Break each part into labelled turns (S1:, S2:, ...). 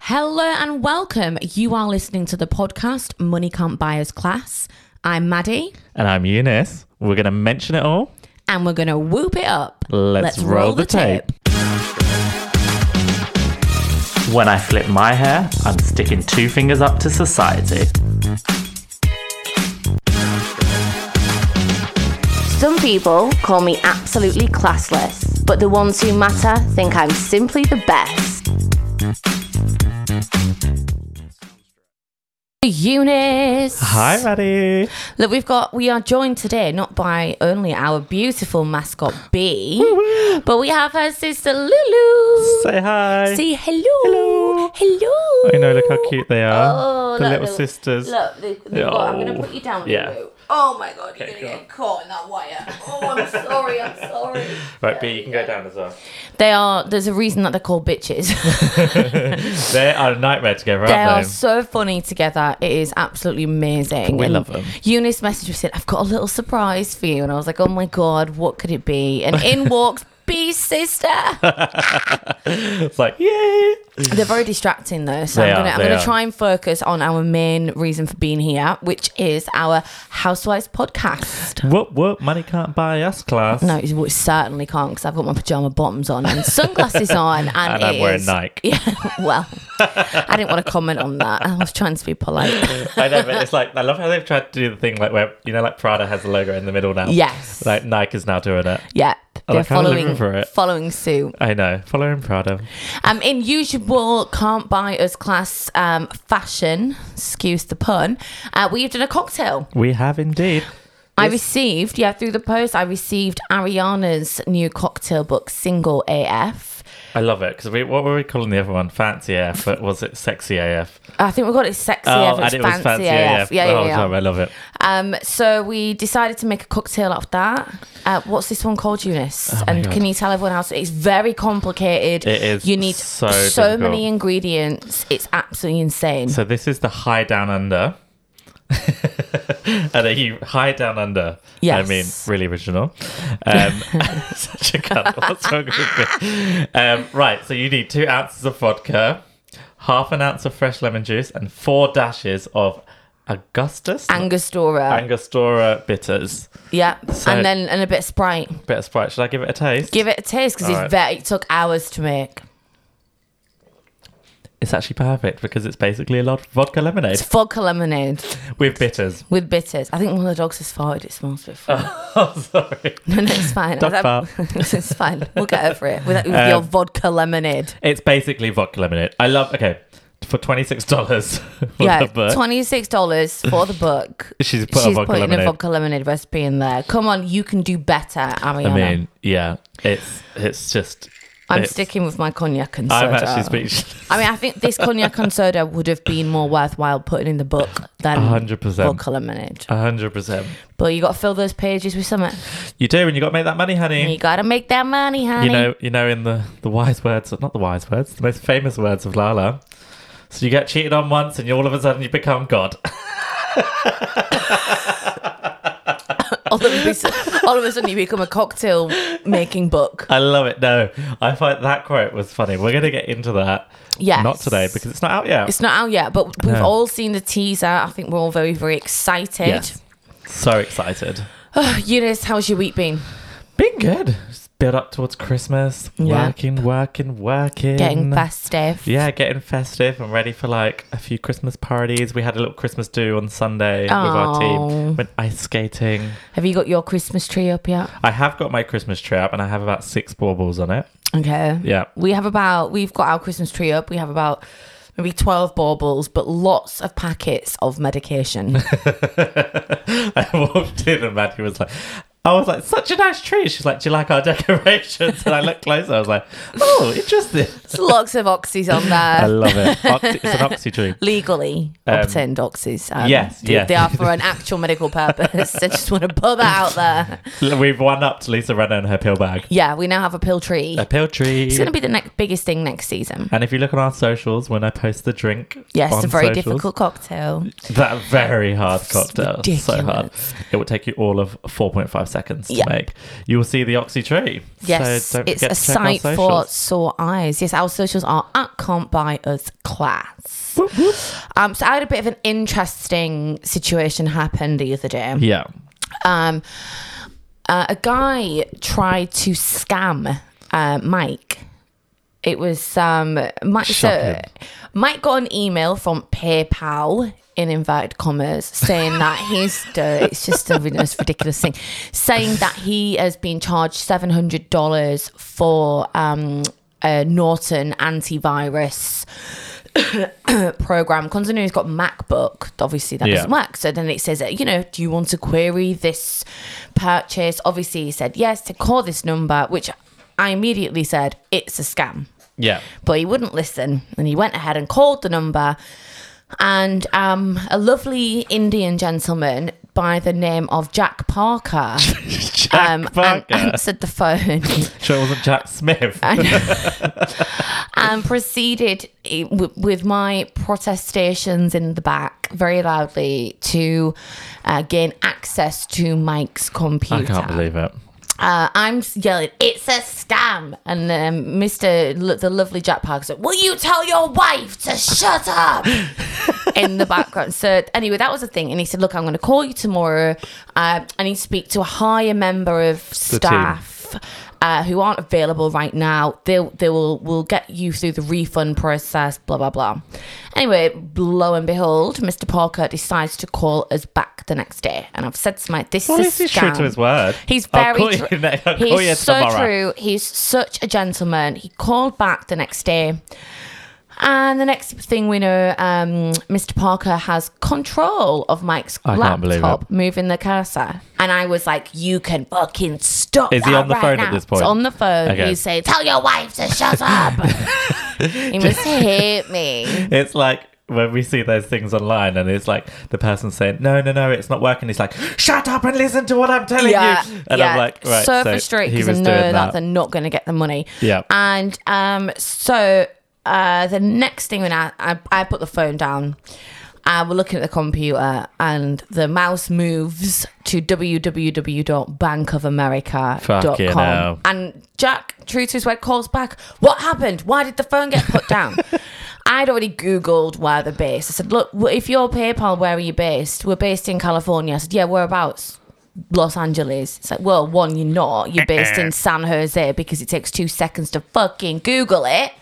S1: Hello and welcome. You are listening to the podcast Money Can't Buy Us Class. I'm Maddie
S2: And I'm Eunice. We're going to mention it all.
S1: and we're going to whoop it up.
S2: Let's roll the tape. When I flip my hair, I'm sticking two fingers up to society.
S3: Some people call me absolutely classless, but the ones who matter think I'm simply the best.
S1: Eunice.
S2: Hi, Maddie.
S1: Look, we've got, we are joined today not by only our beautiful mascot Bee, but we have her sister Lulu.
S2: Say hi.
S1: Say hello. Hello. Hello.
S2: I know, look how cute they
S1: Oh,
S2: are. the
S1: look,
S2: little
S1: look,
S2: sisters.
S1: Look, they, they've got, I'm going to put you down.
S2: Yeah.
S1: Lulu. Oh my god, you're going to
S2: go
S1: get caught in that wire. Oh, I'm sorry, I'm sorry.
S2: Right, B, you can go down as well.
S1: They are, there's a reason that they're called bitches.
S2: They are a nightmare together,
S1: They are
S2: aren't they?
S1: so funny together. It is absolutely amazing.
S2: We
S1: And
S2: love them.
S1: Eunice messaged me said, "I've got a little surprise for you," and I was like, "Oh my god, what could it be?" And in walks Bee's sister.
S2: It's like, yay.
S1: They're very distracting though, so
S2: They
S1: I'm
S2: are,
S1: gonna I'm
S2: they
S1: gonna
S2: are.
S1: try and focus on our main reason for being here, which is our Housewives podcast.
S2: Whoop, whoop, money can't buy us, class.
S1: No, it it certainly can't because I've got my pajama bottoms on and sunglasses on, and,
S2: And I'm
S1: it
S2: wearing
S1: is-
S2: Nike.
S1: Yeah, well, I didn't want to comment on that. I was trying to be polite.
S2: I know, but it's like, I love how they've tried to do the thing like where, you know, like Prada has the logo in the middle now.
S1: Yes.
S2: Like Nike is now doing it.
S1: Yeah,
S2: I
S1: they're
S2: like how they're
S1: following
S2: living for it.
S1: following suit.
S2: I know. Follow him, Prada.
S1: Um, in usual can't buy us class um, fashion, excuse the pun. Uh, we've done a cocktail.
S2: We have indeed.
S1: I received yeah through the post. I received Ariana's new cocktail book, Single AF.
S2: I love it because we, what were we calling the other one? Fancy AF, but was it sexy AF?
S1: I think we got it sexy AF. It's
S2: Oh, and it
S1: fancy,
S2: was fancy Oh,
S1: AF. Yeah,
S2: the
S1: yeah,
S2: whole
S1: yeah.
S2: time. I love it.
S1: Um, so we decided to make a cocktail out of that. Uh, what's this one called, Eunice?
S2: Oh my
S1: and
S2: God.
S1: can you tell everyone how? to- It's very complicated.
S2: It is
S1: You need
S2: so
S1: many
S2: difficult.
S1: ingredients. It's absolutely insane.
S2: So this is the high down under. and are you high down under? I
S1: Yes.
S2: mean, really original. Um, such a cunt. What's wrong with me? Um, right. So you need two ounces of vodka, half an ounce of fresh lemon juice, and four dashes of Augustus
S1: Angostura.
S2: Angostura bitters.
S1: Yeah,
S2: So-
S1: and then and a bit of Sprite.
S2: Bit of Sprite. Should I give it a taste?
S1: Give it a taste because
S2: Alright.
S1: it's very, it took hours to make.
S2: It's actually perfect because it's basically a lot of vodka lemonade
S1: It's vodka lemonade
S2: with bitters.
S1: with bitters. I think one of the dogs has farted. It smells a bit funny.
S2: Oh, sorry.
S1: no, no, it's fine.
S2: Dog fart. Um,
S1: it's fine. We'll get over it with, with your vodka lemonade.
S2: It's basically vodka lemonade. I love. Okay, for twenty six dollars for
S1: Yeah,
S2: the book,
S1: twenty six dollars for the book.
S2: she's put a
S1: She's
S2: vodka
S1: putting
S2: lemonade.
S1: a vodka lemonade recipe in there. Come on, you can do better, Ariana.
S2: I
S1: I
S2: mean, yeah, it's it's just.
S1: am
S2: it's-
S1: sticking with my cognac and soda.
S2: I'm actually speechless.
S1: I mean, I think this cognac and soda would have been more worthwhile putting in the book than
S2: 100%.
S1: vodka lemonade.
S2: hundred percent.
S1: But you got to fill those pages with something.
S2: You do, and you got to make that money, honey.
S1: You got to make that money, honey.
S2: You know, you know, in the the wise words, not the wise words, the most famous words of Lala. So you get cheated on once, and you all of a sudden you become God.
S1: all, of a sudden, all of a sudden, you become a cocktail making book.
S2: I love it. No, I find that quote was funny. We're gonna get into that.
S1: Yes.
S2: Not today because it's not out yet.
S1: It's not out yet, but we've
S2: No.
S1: all seen the teaser. I think we're all very, very excited. Oh,
S2: yes. So excited.
S1: Eunice, how's your week been?
S2: Been good. Just build up towards Christmas.
S1: Yeah.
S2: Working, working, working.
S1: Getting festive.
S2: Yeah, getting festive. I'm ready for like a few Christmas parties. We had a little Christmas do on Sunday with our
S1: Aw.
S2: team. Went ice skating.
S1: Have you got your Christmas tree up yet?
S2: I have got my Christmas tree up and I have about six baubles on it.
S1: Okay.
S2: Yeah.
S1: We have about, we've got our Christmas tree up. We have about maybe 12 baubles, but lots of packets of medication.
S2: I walked in and Maddie was like, I was like, such a nice tree. She's like, do you like our decorations? And I looked closer. I was like, oh, interesting.
S1: lots of oxys on
S2: I
S1: there.
S2: love it. Oxy- it's an oxy tree.
S1: legally
S2: Um,
S1: obtained oxys. Um,
S2: yes,
S1: they,
S2: yes.
S1: they are for an actual medical purpose. I just want to put that out there.
S2: We've one up to Lisa Renner and her pill bag.
S1: Yeah, we now have a pill tree.
S2: A pill tree.
S1: It's going to be the next biggest thing next season.
S2: and if you look on our socials, when I post the drink,
S1: Yes,
S2: on
S1: a very
S2: socials,
S1: difficult cocktail.
S2: That very hard cocktail, so
S1: ridiculous.
S2: hard. It would take you all of four point five seconds to
S1: Yeah.
S2: make, you will see the Oxy tree.
S1: Yes,
S2: So don't
S1: it's
S2: forget
S1: a
S2: to check our
S1: sight for
S2: socials.
S1: sore eyes. Yes, our socials are at Can't Buy Us Class. Um, so I had a bit of an interesting situation happen the other day.
S2: Yeah.
S1: Um, uh, a guy tried to scam uh, Mike. It was um, Mike. So
S2: Shocking.
S1: Mike got an email from PayPal in inverted commas saying that he's uh, it's just the most ridiculous thing, saying that he has been charged seven hundred dollars for um, a Norton antivirus program. Considering he's got MacBook, obviously that
S2: Yeah.
S1: doesn't work. So then it says, that, you know, do you want to query this purchase? Obviously, he said yes to call this number, which I immediately said it's a scam
S2: Yeah.
S1: but he wouldn't listen and he went ahead and called the number and um, a lovely indian gentleman by the name of jack parker
S2: Jack
S1: um, an-
S2: Parker.
S1: answered the phone
S2: sure it wasn't Jack Smith.
S1: and proceeded eh, w- with my protestations in the back very loudly to uh, gain access to mike's computer
S2: I can't believe it.
S1: uh, I'm yelling, it's a scam. And um, Mr. L- the lovely Jack Parker said, Will you tell your wife to shut up? in the background. So, anyway, that was the thing. And he said, Look, I'm going to call you tomorrow. Uh, I need to speak to a higher member of staff. Uh, who aren't available right now? They will they will will get you through the refund process. Blah blah blah. Anyway, lo and behold, Mr. Parker decides to call us back the next day, and I've said to my this
S2: Well, at
S1: is
S2: least
S1: a
S2: he's true
S1: scam.
S2: to his word.
S1: He's
S2: I'll
S1: very
S2: call
S1: true.
S2: you ne- I'll call you
S1: He's so
S2: tomorrow.
S1: true. He's such a gentleman. He called back the next day. And the next thing we know, um, Mr. Parker has control of Mike's
S2: I can't believe
S1: laptop, moving the cursor. And I was like, "You can fucking stop!"
S2: Is he
S1: that
S2: on the
S1: right
S2: phone at
S1: now."
S2: this point?
S1: He's on the phone.
S2: Okay.
S1: He said, "Tell your wife to shut up." he must hate me.
S2: It's like when we see those things online and it's like the person saying, No, no, no, it's not working. He's like, Shut up and listen to what I'm telling you. And I'm like, right.
S1: so, frustrated
S2: he
S1: because I
S2: was
S1: know that.
S2: doing that.
S1: they're not going to get the money.
S2: Yeah.
S1: And um, so uh, the next thing when I, I I put the phone down, uh, we're looking at the computer and the mouse moves to
S2: Fucking hell.
S1: www.bankofamerica.com. And Jack, true to his word, calls back. What happened? Why did the phone get put down? I'd already Googled where they're based. I said, look, w- if you're PayPal, where are you based? We're based in California. I said, yeah, whereabouts? Los Angeles. It's like, well, one, you're not. You're based in San Jose because it takes two seconds to fucking Google it.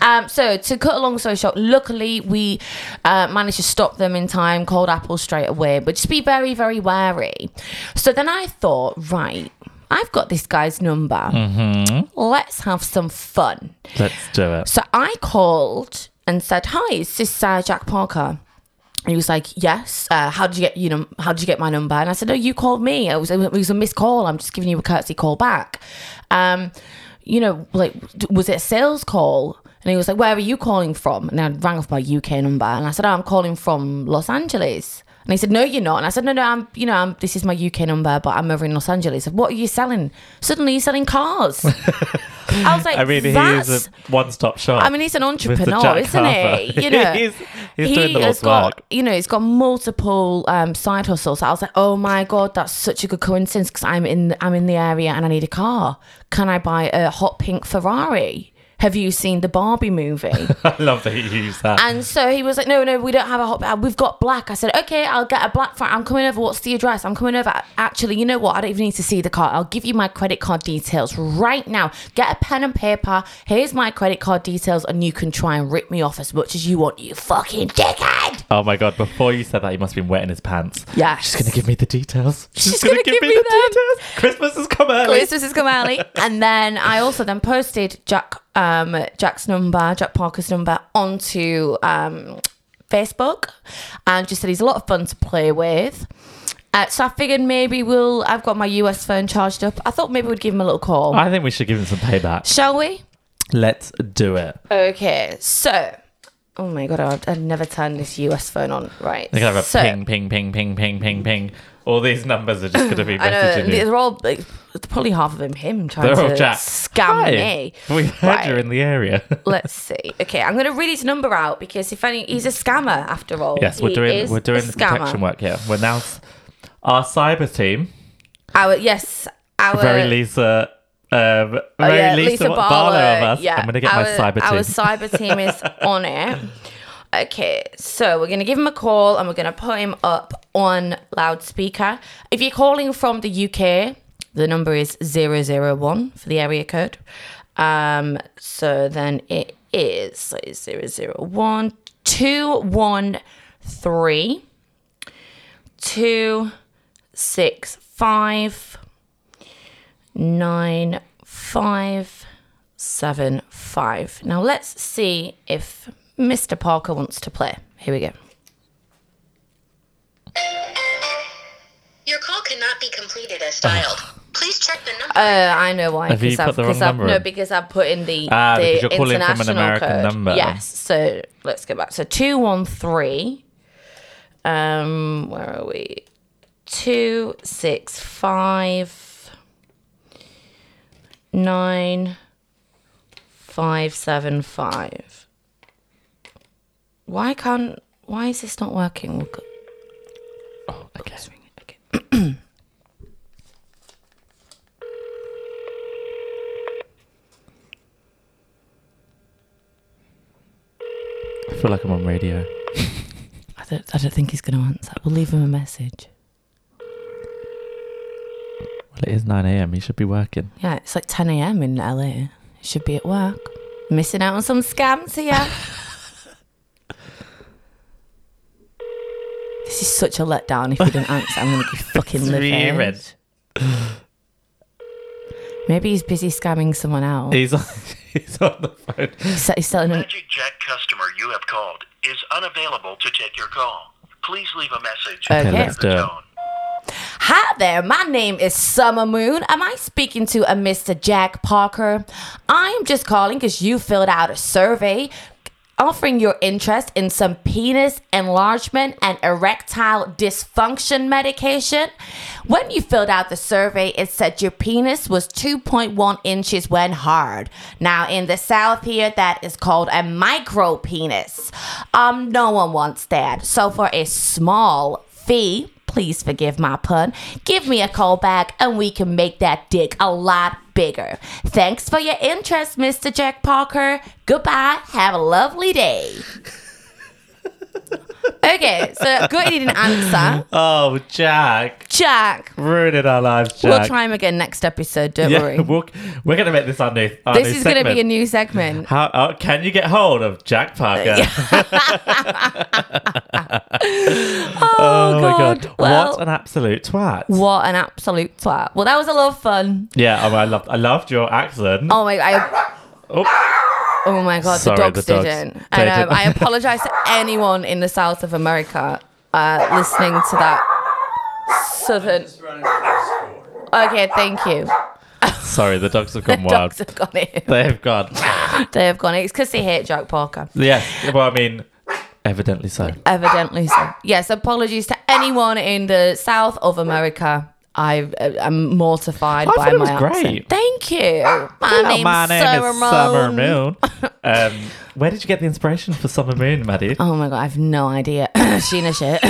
S1: Um, so to cut a long story short, luckily we uh, managed to stop them in time, called Apple straight away, but just be very, very wary. So then I thought, right, I've got this guy's number. Let's have some fun.
S2: Let's do it.
S1: So I called and said, "Hi, is this uh, Jack Parker?" And he was like, "Yes. Uh, how did you get you know How did you get my number?" And I said, "No, you called me. It was it was a missed call. I'm just giving you a courtesy call back. Um, you know, like d- was it a sales call?" And he was like, "Where are you calling from?" And I rang off my UK number, and I said, oh, "I'm calling from Los Angeles." And he said, "No, you're not." And I said, "No, no, I'm, you know, I'm, this is my UK number, but I'm over in Los Angeles." He said, what are you selling? Suddenly, you're selling cars. I was like,
S2: I mean, he
S1: That's
S2: is a one stop shop.
S1: I mean, he's an entrepreneur,
S2: Jack
S1: isn't
S2: Harper.
S1: he? You know,
S2: He's- he's doing the Lord's
S1: got,
S2: work.
S1: you know, he's got multiple um, side hustles. I was like, oh my god, that's such a good coincidence because I'm in, I'm in the area and I need a car. Can I buy a hot pink Ferrari? Have you seen the Barbie movie?
S2: I love that he used that.
S1: And so he was like, "No, no, we don't have a hot. uh, We've got black." I said, "Okay, I'll get a black. Fr- I'm coming over. What's the address? I'm coming over. Actually, you know what? I don't even need to see the card. I'll give you my credit card details right now. Get a pen and paper. Here's my credit card details, and you can try and rip me off as much as you want. You fucking dickhead."
S2: oh my God, before you said that, he must have been wet in his pants.
S1: Yeah,
S2: She's going to give me the details. She's,
S1: She's
S2: gonna
S1: gonna give me them.
S2: details. Christmas has come early.
S1: Christmas has come early. And then I also then posted Jack um, Jack's number, Jack Parker's number onto um, Facebook and just said he's a lot of fun to play with. Uh, so I figured maybe we'll. I've got my US phone charged up. I thought maybe we'd give him a little call.
S2: I think we should give him some payback.
S1: Shall we?
S2: Let's do it.
S1: Okay. So, oh my god, I've, I've never turned this US phone on. Right.
S2: They're gonna have a
S1: so,
S2: ping, ping, ping, ping, ping, ping, ping. All these numbers are just gonna be
S1: I know
S2: messaging you.
S1: they're all like, probably half of them him trying
S2: They're all
S1: to
S2: Jack.
S1: scam
S2: Hi.
S1: me.
S2: We heard
S1: Right.
S2: you're in the area.
S1: Let's see. Okay, I'm going to read his number out because if any, he's a scammer after all.
S2: yes, we're
S1: He
S2: doing
S1: is
S2: we're
S1: a
S2: doing the
S1: scammer.
S2: protection work here. We're now s- our cyber team
S1: Our yes, our
S2: very Lisa. Um, very
S1: Oh, yeah,
S2: Lisa, Barlow, of us.
S1: Yeah,
S2: I'm gonna get
S1: our,
S2: my cyber
S1: Our
S2: team.
S1: cyber team is on it. Okay, so we're gonna give him a call and we're gonna put him up on loudspeaker. If you're calling from the UK, the number is 001 for the area code. Um, so then it is so it's 001 213 265 nine five seven five. Now let's see if Mr. Parker wants to play. Here we go.
S4: Your call cannot be completed as dialed. Please check the number.
S1: Uh, I know why.
S2: Have you
S1: because
S2: put
S1: I've,
S2: the
S1: because
S2: wrong
S1: I've,
S2: number
S1: No,
S2: in?
S1: because I've put in the,
S2: Ah,
S1: the
S2: because you're calling
S1: international
S2: from an American
S1: code.
S2: number.
S1: Yes. So let's go back. So two one three. Um, where are we? Two six five nine five seven five. Why can't? Why is this not working? oh, We'll go-
S2: Oh, Okay.
S1: ring it again.
S2: I feel like I'm on radio.
S1: I don't, I don't think he's going to answer. We'll leave him a message.
S2: Well, it is 9 a.m. You should be working.
S1: Yeah, it's like 10 a.m. in LA. You should be at work. Missing out on some scams here. this is such a letdown if you don't answer. I'm going to be fucking
S2: It's really
S1: livid.
S2: red.
S1: Maybe he's busy scamming someone else.
S2: He's on, he's on the phone.
S1: He's, he's selling him.
S5: Magic Jack customer you have called is unavailable to take your call. Please leave a message.
S1: Okay.
S2: Okay, let's do it.
S1: Hi there, my name is Summer Moon. Am I speaking to a Mr. Jack Parker? I am just calling because you filled out a survey offering your interest in some penis enlargement and erectile dysfunction medication. When you filled out the survey, it said your penis was 2.1 inches when hard. Now, in the South here, that is called a micro penis. Um, no one wants that. So, for a small fee, please forgive my pun. Give me a call back and we can make that dick a lot bigger. Thanks for your interest, Mr. Jack Parker. Goodbye. Have a lovely day. okay, so good he didn't answer.
S2: Oh, Jack.
S1: Jack,
S2: Ruining our lives, Jack.
S1: we'll try him again next episode, don't worry.
S2: yeah, we'll, we're going to make this our new our
S1: this
S2: new
S1: is going to be a
S2: segment.
S1: new segment.
S2: How, oh, can you get hold of Jack Parker?
S1: Oh,
S2: Oh my
S1: God.
S2: god!
S1: Well,
S2: what an absolute twat!
S1: what an absolute twat. Well, that was a lot of fun.
S2: Yeah, I, mean, I loved. I loved your accent.
S1: Oh my I, oh. my god,
S2: Sorry,
S1: the dogs
S2: the dogs.
S1: didn't.
S2: They
S1: And um,
S2: didn't.
S1: I apologize to anyone in the south of America uh, listening to that southern. Okay, thank you.
S2: Sorry, the dogs have gone wild.
S1: Dogs have gone in.
S2: They have gone.
S1: They have gone in. It's because they hate Jack Parker.
S2: yes. Well, I mean, evidently so.
S1: Evidently so. Yes, apologies to anyone in the south of America. I uh, am mortified
S2: I
S1: by
S2: thought it was
S1: my accent.
S2: great.
S1: Thank you. My,
S2: Hello,
S1: name's
S2: my name
S1: Summer
S2: is Summer
S1: Moon.
S2: Moon. um, where did you get the inspiration for Summer Moon, Maddie?
S1: Oh my god, I've no idea. Sheena shit.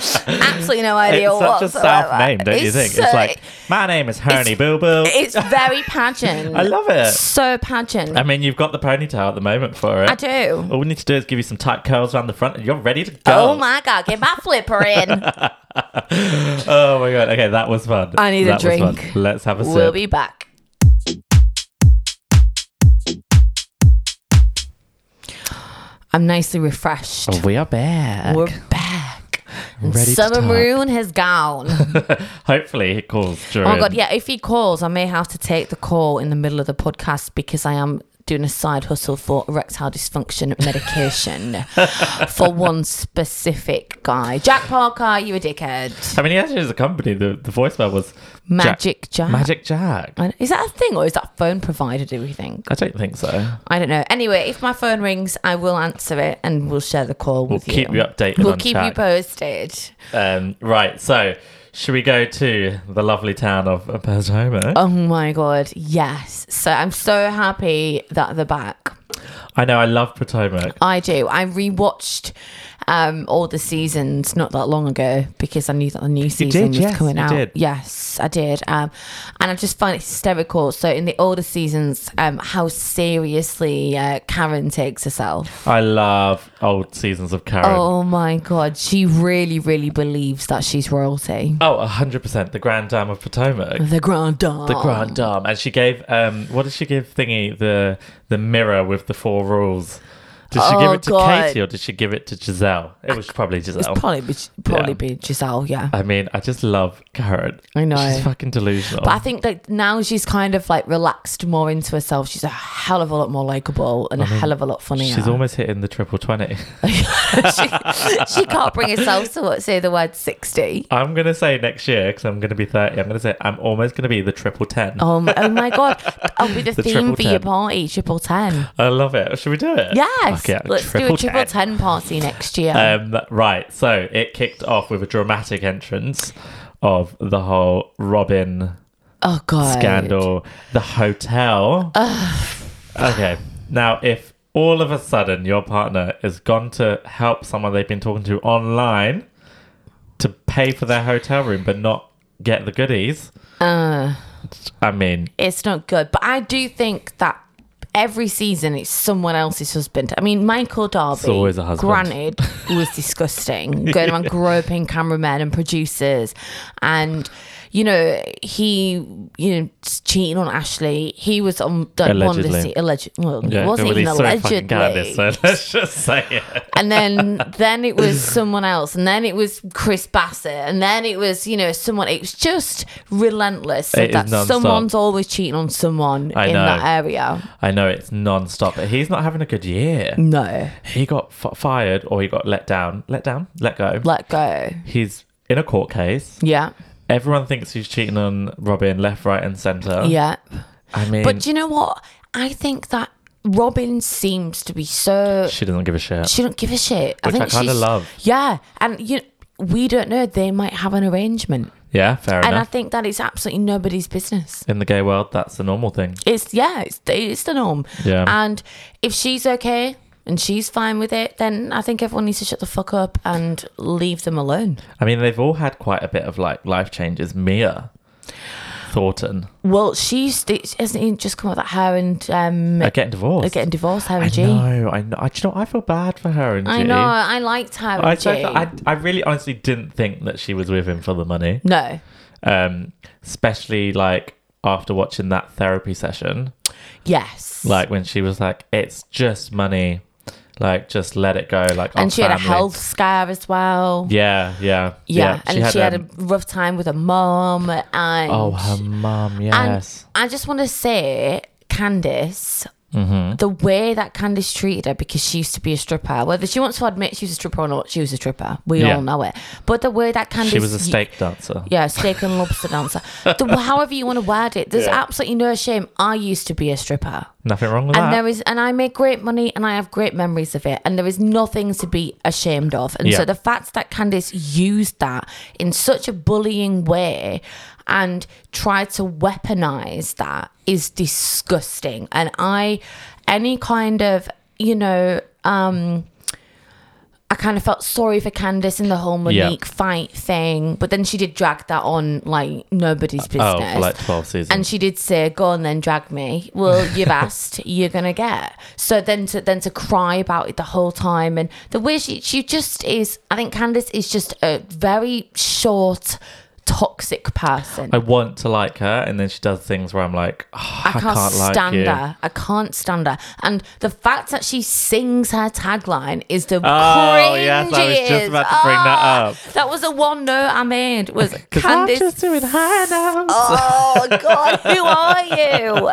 S1: Absolutely no idea.
S2: it's such a
S1: whatsoever.
S2: South name, don't you
S1: It's
S2: think?
S1: so-
S2: it's like my name is Honey Boo Boo.
S1: it's very pageant.
S2: I love it.
S1: So pageant.
S2: I mean, you've got the ponytail at the moment for it.
S1: I do.
S2: All we need to do is give you some tight curls around the front, and you're ready to go.
S1: Oh my god, get my flipper in.
S2: Oh my god! Okay, that was fun.
S1: I need a
S2: That was fun.
S1: drink.
S2: Let's have a sip.
S1: we'll be back. I'm nicely refreshed.
S2: we are Oh, back.
S1: We're back. And
S2: Ready to
S1: Summer
S2: talk.
S1: Moon has gone.
S2: Hopefully, he calls during.
S1: Oh my god, yeah. If he calls, I may have to take the call in the middle of the podcast because I am doing a side hustle for erectile dysfunction medication for one specific guy. Jack Parker, you a dickhead.
S2: I mean, he actually is a company. The, the voicemail was
S1: Magic Jack.
S2: Magic Jack.
S1: I- Is that a thing or is that phone provider, do we think?
S2: I don't think so.
S1: I don't know. Anyway, if my phone rings, I will answer it and we'll share the call with you.
S2: keep you updated
S1: We'll
S2: on
S1: keep you
S2: Jack.
S1: posted.
S2: Um, right, so should we go to the lovely town of Peshoma?
S1: Oh my god, yes. So I'm so happy that they're back.
S2: I know, I love Potomac.
S1: I do. I rewatched um, all the seasons not that long ago because I knew that the new season
S2: did,
S1: was
S2: yes,
S1: coming
S2: you
S1: out.
S2: did.
S1: Yes, I did. Um, and I just find it hysterical. So in the older seasons, um, how seriously uh, Karen takes herself.
S2: I love old seasons of Karen. Oh,
S1: Oh my god, she really, really believes that she's royalty.
S2: Oh, 100%. The Grand Dame of Potomac.
S1: The Grand Dame.
S2: The Grand Dame. And she gave, um, what did she give Thingy? The the mirror with the four rules. Did she give
S1: Oh,
S2: it to
S1: God.
S2: Katie or did she give it to Giselle? It was probably
S1: It's
S2: Giselle.
S1: probably be, probably
S2: Yeah.
S1: be Giselle, yeah.
S2: I mean, I just love Karen.
S1: I know.
S2: She's fucking delusional.
S1: But I think that now she's kind of like relaxed more into herself. She's a hell of a lot more likable and a hell of a lot funnier.
S2: She's almost hitting the triple 20.
S1: she, she can't bring herself to what, say the word 60.
S2: I'm going to say next year, because I'm going to be 30, I'm going to say I'm almost going to be the triple 10.
S1: Oh my, oh my god, I'll be the,
S2: The
S1: theme
S2: triple
S1: for your
S2: ten.
S1: party, triple ten.
S2: I love it. Should we do it?
S1: Yes,
S2: Fuck yeah,
S1: let's do a triple ten party next year.
S2: Um, right, so it kicked off with a dramatic entrance of the whole Robin
S1: oh god,
S2: scandal, the hotel. okay, now if all of a sudden your partner is gone to help someone they've been talking to online to pay for their hotel room but not get the goodies,
S1: Uh.
S2: I mean,
S1: it's not good. But I do think that every season it's someone else's husband. I mean, Michael Darby,
S2: always a husband.
S1: granted, was disgusting. Going around groping cameramen and producers, and you know he, you know, cheating on Ashley. He was on that one of
S2: Allegedly.
S1: the se- alleged. Well, it wasn't even
S2: well, he's so fucking
S1: allegedly.
S2: Candace, so let's just say it.
S1: and then then it was someone else, and then it was Chris Bassett, and then it was you know someone. It was just relentless
S2: It is
S1: that
S2: nonstop.
S1: someone's always cheating on someone
S2: I
S1: in
S2: know.
S1: that area.
S2: I know it's non-stop. but He's not having a good year.
S1: No,
S2: He got f- fired or he got let down. Let down? Let go.
S1: let go.
S2: he's in a court case.
S1: Yeah,
S2: Everyone thinks he's cheating on Robin left, right and centre.
S1: yeah.
S2: I mean,
S1: But do you know what? I think that Robin seems to be so
S2: she doesn't give a shit.
S1: she don't give a shit.
S2: Which I
S1: think
S2: kinda
S1: she's-
S2: love.
S1: Yeah, and you. We don't know. They might have an arrangement,
S2: yeah, fair
S1: and I
S2: enough.
S1: think that it's absolutely nobody's business.
S2: in the gay world, that's the normal thing.
S1: It's yeah, it's it's the norm.
S2: Yeah.
S1: And if she's okay and she's fine with it, then I think everyone needs to shut the fuck up and leave them alone.
S2: I mean, they've all had quite a bit of like life changes. Mia Thornton
S1: Well, she's st- hasn't even just come out that her and um
S2: are getting divorced.
S1: are getting divorced. Her
S2: I
S1: and G.
S2: know. I know. I, do you know, what? I feel bad for her and
S1: I
S2: G.
S1: know. I liked her and
S2: I,
S1: G.
S2: don't- I, I really honestly didn't think that she was with him for the money,
S1: no.
S2: um, especially like after watching that therapy session.
S1: Yes.
S2: like when she was like, "It's just money, like just let it go." Like, our
S1: and she had a
S2: family-
S1: health scare as well.
S2: Yeah, yeah,
S1: Yeah, and she had,
S2: um,
S1: a rough time with her mum, and
S2: oh, her mum.
S1: And
S2: Yes,
S1: I just want to say, Candice,
S2: Mm-hmm.
S1: the way that Candice treated her, because she used to be a stripper, whether she wants to admit she was a stripper or not, she was a stripper. We
S2: Yeah.
S1: all know it. But the way that Candice.
S2: she was a steak dancer.
S1: Yeah, steak and lobster dancer. The, however you want to word it, there's absolutely no shame. I used to be a stripper,
S2: Nothing wrong with
S1: and
S2: that.
S1: there is, and I make great money, and I have great memories of it, and there is nothing to be ashamed of. And
S2: Yeah.
S1: so the fact that Candice used that in such a bullying way and tried to weaponize that is disgusting. And I, any kind of, you know, um. I kind of felt sorry for Candice in the whole
S2: Yeah.
S1: Monique fight thing, but then she did drag that on like nobody's business.
S2: oh, for like twelve seasons.
S1: And she did say, "Go and then drag me." Well, you've asked, you're gonna get. So then to then to cry about it the whole time, and the way she she just is. I think Candice is just a very short, toxic person.
S2: I want to like her, and then she does things where I'm like, "Oh, I,
S1: I can't,
S2: like
S1: stand
S2: you."
S1: her. I can't stand her. And the fact that she sings her tagline is the
S2: Oh,
S1: cringiest.
S2: yes, I was just about to bring that
S1: Ah,
S2: up.
S1: That was the one note I made was
S2: 'Cause I'm
S1: Candice.
S2: just doing high notes.
S1: oh God, who are you?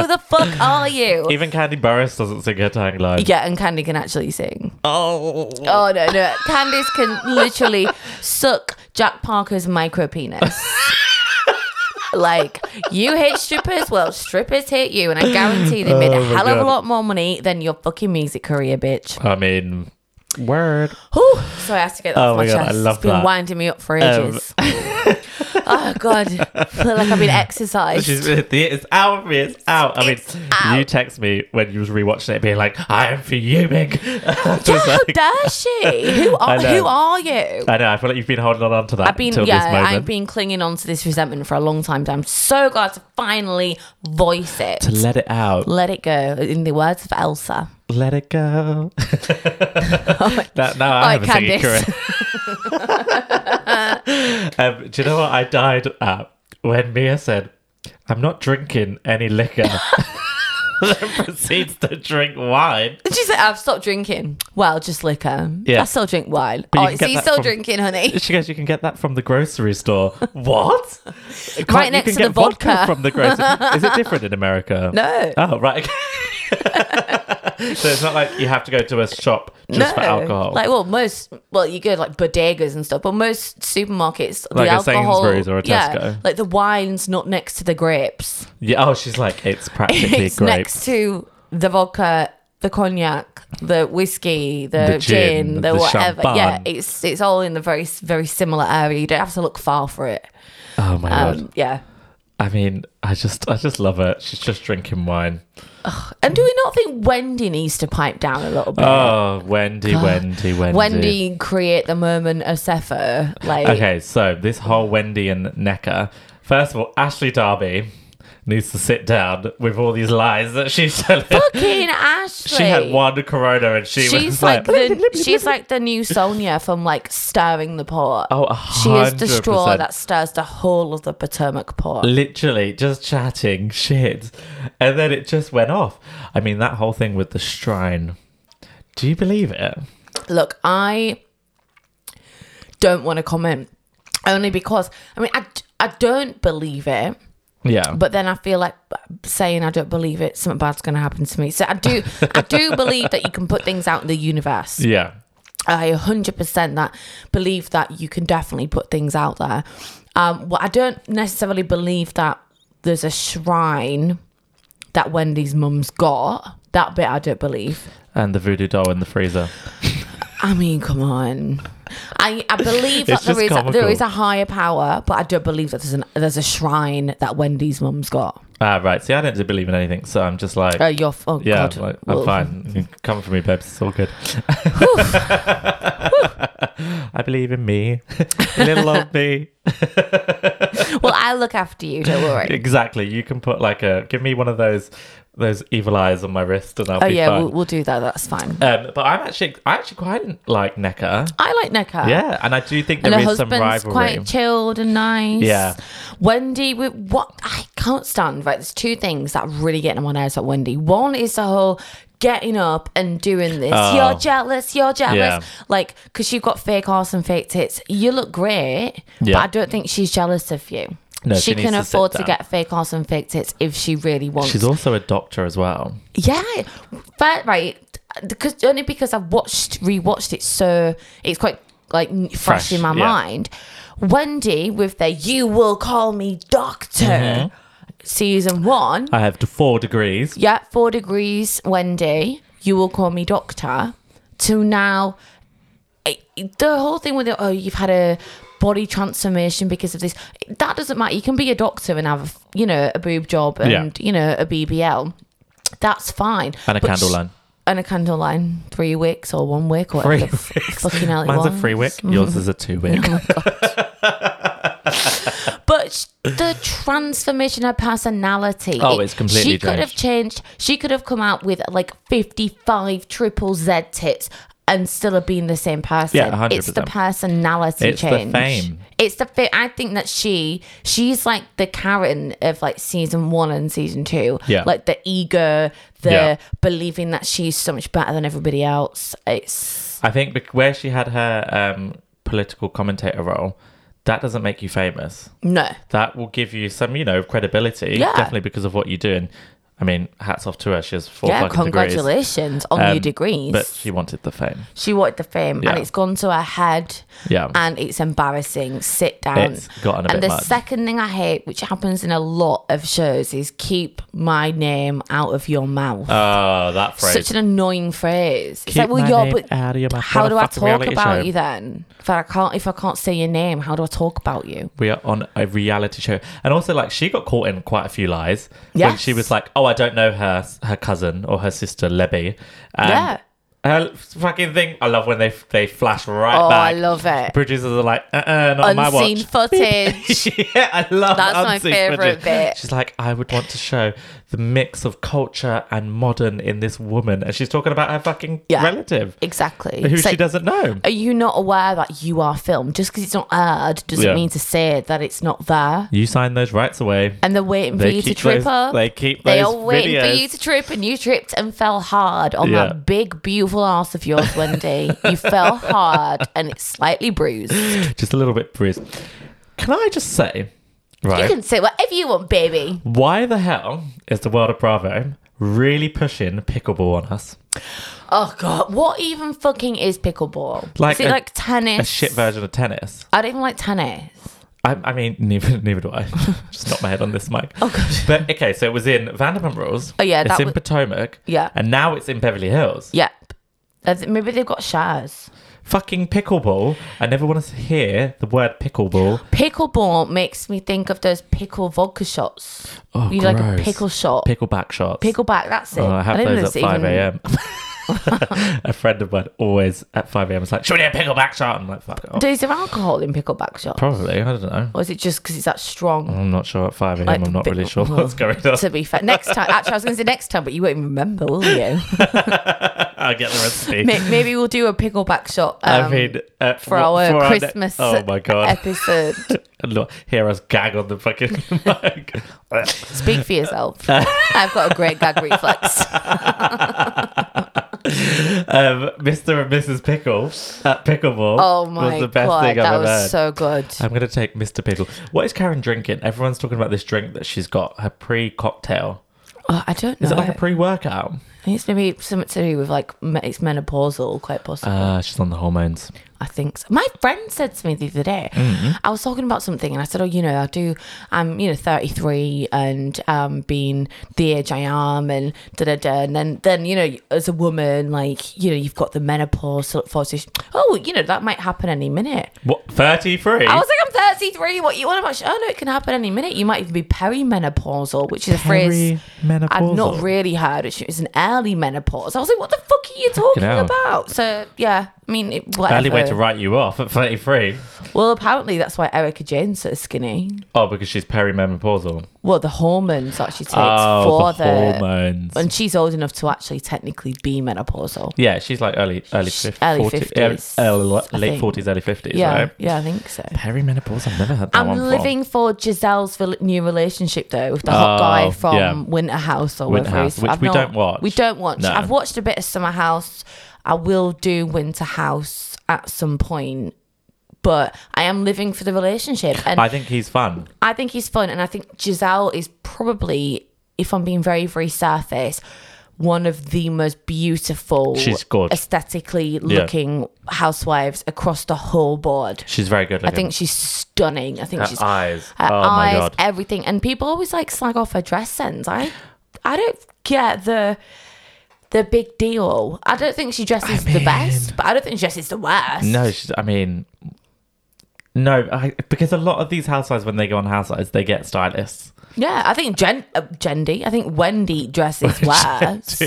S1: Who the fuck are you?
S2: Even Candy Burris doesn't sing her tagline.
S1: yeah, and Candy can actually sing.
S2: Oh,
S1: Oh no, no, Candice can literally suck Jack Parker's micro penis. like you hate strippers, well, strippers hate you, and I guarantee they made a
S2: Oh my
S1: hell of a
S2: God.
S1: lot more money than your fucking music career, bitch.
S2: I mean, word.
S1: Whew. So I have to get that
S2: Oh
S1: off
S2: my
S1: my
S2: God, I
S1: chest.
S2: love Um,
S1: it's been
S2: that.
S1: winding me up for ages. Oh God, I feel like I've been exercised.
S2: She's, it's out of me. It's out. I mean,
S1: It's out.
S2: you text me when you was rewatching it, being like, "I am fuming." I was
S1: yeah, how
S2: like-
S1: dare Oh, she? Who
S2: I
S1: are
S2: know.
S1: who are you?
S2: I know. I feel like you've been holding on to that
S1: I've been
S2: until this
S1: yeah,
S2: moment.
S1: I've been clinging on to this resentment for a long time. I'm so glad to finally voice it.
S2: to let it out.
S1: Let it go. In the words of Elsa.
S2: Let it go. that, now I
S1: Oh,
S2: have a singing career.
S1: Candice.
S2: Um, do you know what I died at when Mia said, "I'm not drinking any liquor." then proceeds to drink wine.
S1: And she said, I've stopped drinking. Well, just liquor.
S2: Yeah.
S1: I still drink wine.
S2: But you
S1: oh, so
S2: can get
S1: you're
S2: that
S1: still
S2: from-
S1: drinking, honey.
S2: She goes, "You can get that from the grocery store." what? Can't-
S1: Right next
S2: you
S1: to
S2: can get
S1: the vodka.
S2: from the grocery. Is it different in America?
S1: No.
S2: Oh right. so it's not like you have to go to a shop just for alcohol.
S1: Like, well, most, well, you go to, like bodegas and stuff, but most supermarkets,
S2: Like
S1: the
S2: a
S1: alcohol.
S2: Sainsbury's or a
S1: Yeah,
S2: Tesco.
S1: like the wine's not next to the grapes,
S2: yeah. Oh, she's like, it's practically
S1: it's
S2: grapes.
S1: next to the vodka, the cognac, the whiskey, the,
S2: The
S1: gin,
S2: gin,
S1: the,
S2: the
S1: whatever. Yeah,
S2: champagne.
S1: it's it's all in the very, very similar area. You don't have to look far for it.
S2: oh my god.
S1: Um, yeah.
S2: I mean, I just, I just love it. She's just drinking wine.
S1: And do we not think Wendy needs to pipe down a little bit?
S2: Oh, Wendy, Wendy, Wendy.
S1: Wendy create the moment of Sefer. Like,
S2: Okay, so this whole Wendy and Necker. First of all, Ashley Darby needs to sit down with all these lies that she's telling.
S1: fucking Ashley.
S2: She had one corona and she
S1: She's
S2: was
S1: like
S2: like,
S1: the she's like the new Sonia from like stirring the pot.
S2: Oh, a
S1: she is the
S2: hundred
S1: straw
S2: percent.
S1: that stirs the whole of the Potomac pot.
S2: literally just chatting shit. And then it just went off. I mean, that whole thing with the shrine. Do you believe it?
S1: Look, I don't want to comment only because I mean I I don't believe it.
S2: Yeah.
S1: but then I feel like saying I don't believe it, something bad's going to happen to me. So I do, I do believe that you can put things out in the universe.
S2: yeah.
S1: I 100% that believe that you can definitely put things out there. Um, well, I don't necessarily believe that there's a shrine that Wendy's mum's got. That bit I don't believe.
S2: And the voodoo doll in the freezer.
S1: I mean, come on. I, I believe that
S2: It's
S1: there
S2: just
S1: is a, there
S2: comical.
S1: is a higher power, but I don't believe that there's an there's a shrine that Wendy's mum's got.
S2: Ah, right. See, I don't believe in anything, so I'm just like,
S1: Uh, your f- oh
S2: yeah,
S1: god,
S2: like, I'm
S1: Well,
S2: fine. Come for me, babes. It's all good. I believe in me, little old me.
S1: Well, I look after you. Don't worry.
S2: Exactly. You can put like a give me one of those those evil eyes on my wrist, and I'll
S1: Oh
S2: be
S1: yeah,
S2: fine.
S1: we'll, we'll do that. That's fine.
S2: um, but I'm actually I actually quite like Necker.
S1: I like Necker.
S2: Yeah, and I do think
S1: and
S2: there
S1: her
S2: is some
S1: husband's
S2: rivalry.
S1: quite chilled and nice.
S2: Yeah.
S1: Wendy, with what I can't stand. Right, there's two things that really get on my nerves about Wendy. One is the whole getting up and doing this.
S2: Oh.
S1: You're jealous. You're jealous.
S2: Yeah.
S1: Like, because you've got fake arse and fake tits. You look great, but
S2: Yeah.
S1: I don't think she's jealous of you.
S2: No, she needs
S1: can
S2: to sit
S1: afford to
S2: down.
S1: get fake arse and fake tits if she really wants.
S2: She's also a doctor as well.
S1: Yeah, but right, because only because I've watched rewatched it, so it's quite like n- fresh,
S2: Fresh,
S1: in my
S2: yeah.
S1: mind. Wendy with the "You will call me doctor"
S2: Mm-hmm.
S1: season one.
S2: I have four degrees.
S1: yeah, four degrees. Wendy, you will call me doctor. To now, it- it- the whole thing with it. Oh, you've had a body transformation because of this. That doesn't matter. You can be a doctor and have you know a boob job and
S2: Yeah.
S1: you know a BBL. That's fine.
S2: And a
S1: But
S2: candle
S1: sh-
S2: line.
S1: and a candle line, three wicks or one wick or
S2: Three
S1: whatever. the f- Fucking hell it
S2: Mine's a
S1: was.
S2: free wick. Yours is a two wick.
S1: But sh- the transformation, her personality.
S2: Oh,
S1: it-
S2: it's completely
S1: She could have changed. She could have come out with like 55 triple Z tits and still have been the same person.
S2: Yeah, 100%.
S1: It's the personality
S2: It's the
S1: change.
S2: fame.
S1: It's the fa- I think that she she's like the Karen of like season one and season two.
S2: Yeah.
S1: Like the ego, the
S2: Yeah.
S1: believing that she's so much better than everybody else. It's
S2: I think bec- where she had her um, political commentator role, that doesn't make you famous.
S1: no.
S2: That will give you some, you know, credibility,
S1: Yeah.
S2: definitely because of what you do. And I mean, hats off to her. She has four
S1: yeah,
S2: fucking degrees.
S1: congratulations on
S2: Um,
S1: your degrees.
S2: But she wanted the fame.
S1: she wanted the fame,
S2: Yeah.
S1: and it's gone to her head.
S2: Yeah.
S1: and it's embarrassing. Sit down.
S2: It's gotten a
S1: and
S2: bit
S1: the
S2: much.
S1: second thing I hate, which happens in a lot of shows, is keep my name out of your mouth.
S2: Oh, that phrase.
S1: Such an annoying phrase. it's
S2: Keep
S1: like, well,
S2: my
S1: you're
S2: name
S1: but
S2: out of your mouth.
S1: how
S2: What a
S1: do I
S2: fucking
S1: talk
S2: reality
S1: about
S2: show.
S1: you then? If I can't, if I can't say your name, how do I talk about you?
S2: we are on a reality show, and also like she got caught in quite a few lies when
S1: Yes.
S2: she was like, "Oh, I don't know her her cousin or her sister Lebby." And
S1: Yeah.
S2: Her fucking thing. I love when they they flash right
S1: Oh, I
S2: back.
S1: love it.
S2: Producers are like, uh, uh not on my
S1: Unseen
S2: watch.
S1: footage.
S2: yeah, I love
S1: That's my
S2: unseen
S1: favourite
S2: footage.
S1: bit.
S2: She's like, I would want to show the mix of culture and modern in this woman, and she's talking about her fucking
S1: Yeah.
S2: relative,
S1: exactly.
S2: who
S1: It's
S2: she
S1: like,
S2: doesn't know.
S1: Are you not aware that you are filmed? Just because it's not aired doesn't
S2: Yeah.
S1: mean to say that it's not there.
S2: You sign those rights away.
S1: And they're waiting for
S2: They
S1: you to
S2: keep
S1: trip
S2: those-
S1: up.
S2: they keep
S1: They
S2: those
S1: are waiting for
S2: videos.
S1: you to trip, and you tripped and fell hard on
S2: Yeah.
S1: that big, beautiful ass of yours, Wendy. you fell hard, and it's slightly bruised.
S2: Just a little bit bruised. Can I just say,
S1: You
S2: right?
S1: can say whatever you want, baby.
S2: Why the hell is the world of Bravo really pushing pickleball on us?
S1: Oh god, what even fucking is pickleball?
S2: Like
S1: is it
S2: a-
S1: like tennis?
S2: A shit version of tennis.
S1: I don't even like tennis.
S2: I, I mean, neither, neither do I. Just knocked my head on this mic. Oh, gosh. But okay, so it was in Vanderpump Rules.
S1: Oh, yeah,
S2: It's
S1: that
S2: in
S1: wa-
S2: Potomac.
S1: Yeah.
S2: And now it's in Beverly Hills.
S1: Yep. I th- Maybe they've got shares.
S2: Fucking pickleball. I never want to hear the word pickleball.
S1: Pickleball makes me think of those pickle vodka shots.
S2: Oh,
S1: you know, like a
S2: gross.
S1: pickle shot.
S2: Pickleback shots.
S1: Pickleback, that's it.
S2: Oh, I have
S1: don't even
S2: those at
S1: know if it's
S2: 5
S1: even-
S2: a.m. a friend of mine always at 5 a.m. is like, show me a pickleback shot. I'm like, fuck off.
S1: Is there alcohol in pickleback shots?
S2: Probably. I don't know.
S1: Or is it just because it's that strong?
S2: I'm not sure at 5 a.m.
S1: Like
S2: I'm not
S1: pick-
S2: really sure what's going on.
S1: To be fair, next time. Actually, I was going to say next time, but you won't even remember, will you?
S2: I'll get the recipe.
S1: May- Maybe we'll do a pickleback shot.
S2: I
S1: um,
S2: mean, uh,
S1: for
S2: ne-
S1: our Christmas
S2: oh my god!
S1: episode.
S2: And look, hear us gag on the fucking mic.
S1: Speak for yourself. I've got a great gag reflex.
S2: um, Mr. and Mrs. Pickle at Pickleball.
S1: Oh my
S2: was the best
S1: god,
S2: thing I've
S1: that
S2: ever
S1: was
S2: heard.
S1: so good.
S2: I'm gonna take Mr. Pickle. What is Karen drinking? Everyone's talking about this drink that she's got. Her pre-cocktail.
S1: Oh, I don't know.
S2: Is it like a pre-workout?
S1: I think it's maybe something to do with like me- it's menopausal, quite possible.
S2: Uh, she's on the hormones.
S1: I think so. My friend said to me the other day,
S2: Mm-hmm.
S1: I was talking about something and I said, Oh, you know, I do, I'm, you know, 33 and um, being the age I am and da da da. And then, then, you know, as a woman, like, you know, you've got the menopause to look forward to. Oh, you know, that might happen any minute.
S2: What? Thirty-three.
S1: I was like, I'm 33. What you want about? Oh, no, it can happen any minute. You might even be perimenopausal, which is a phrase I've not
S2: Perimenopausal.
S1: really heard. It's, it's an early menopause. I was like, what the fuck are you talking
S2: hell.
S1: about? So, yeah, I mean, it, whatever.
S2: Early way to write you off at 33.
S1: Well, apparently that's why Erica Jane's so skinny.
S2: Oh, because she's perimenopausal.
S1: Well, the hormones that she takes for
S2: oh, the
S1: the,
S2: hormones.
S1: and she's old enough to actually technically be menopausal.
S2: Yeah, she's like early early fifties,
S1: early 50s,
S2: 50s, early,
S1: I
S2: late
S1: think.
S2: forties, early fifties.
S1: Yeah,
S2: right?
S1: yeah, I think so.
S2: Perimenopause. I've never heard that
S1: I'm
S2: one.
S1: living for Giselle's rel- new relationship though with the hot
S2: Oh,
S1: guy from
S2: yeah.
S1: Winter House or
S2: Winter
S1: whatever.
S2: House,
S1: he's-
S2: which
S1: I've
S2: we
S1: not-
S2: don't watch.
S1: We don't watch.
S2: No.
S1: I've watched a bit of Summer House. I will do Winter House at some point, but I am living for the relationship, and
S2: From. I think he's fun.
S1: I think he's fun, and I think Giselle is probably, if I'm being very, very surface, one of the most beautiful,
S2: She's gorgeous.
S1: aesthetically looking housewives across the whole board.
S2: She's very good.
S1: I think she's stunning. I think
S2: Her
S1: she's
S2: eyes.
S1: her
S2: Oh my
S1: eyes,
S2: God.
S1: everything. And people always like slag off her dress sense. I, I don't get the. The big deal. I don't think she dresses the best, but I don't think she dresses the worst.
S2: no. She's, I mean, no, I, because a lot of these housewives, when they go on housewives, they get stylists.
S1: Yeah, I think Jen, uh, Jendy. I think Wendy dresses worse.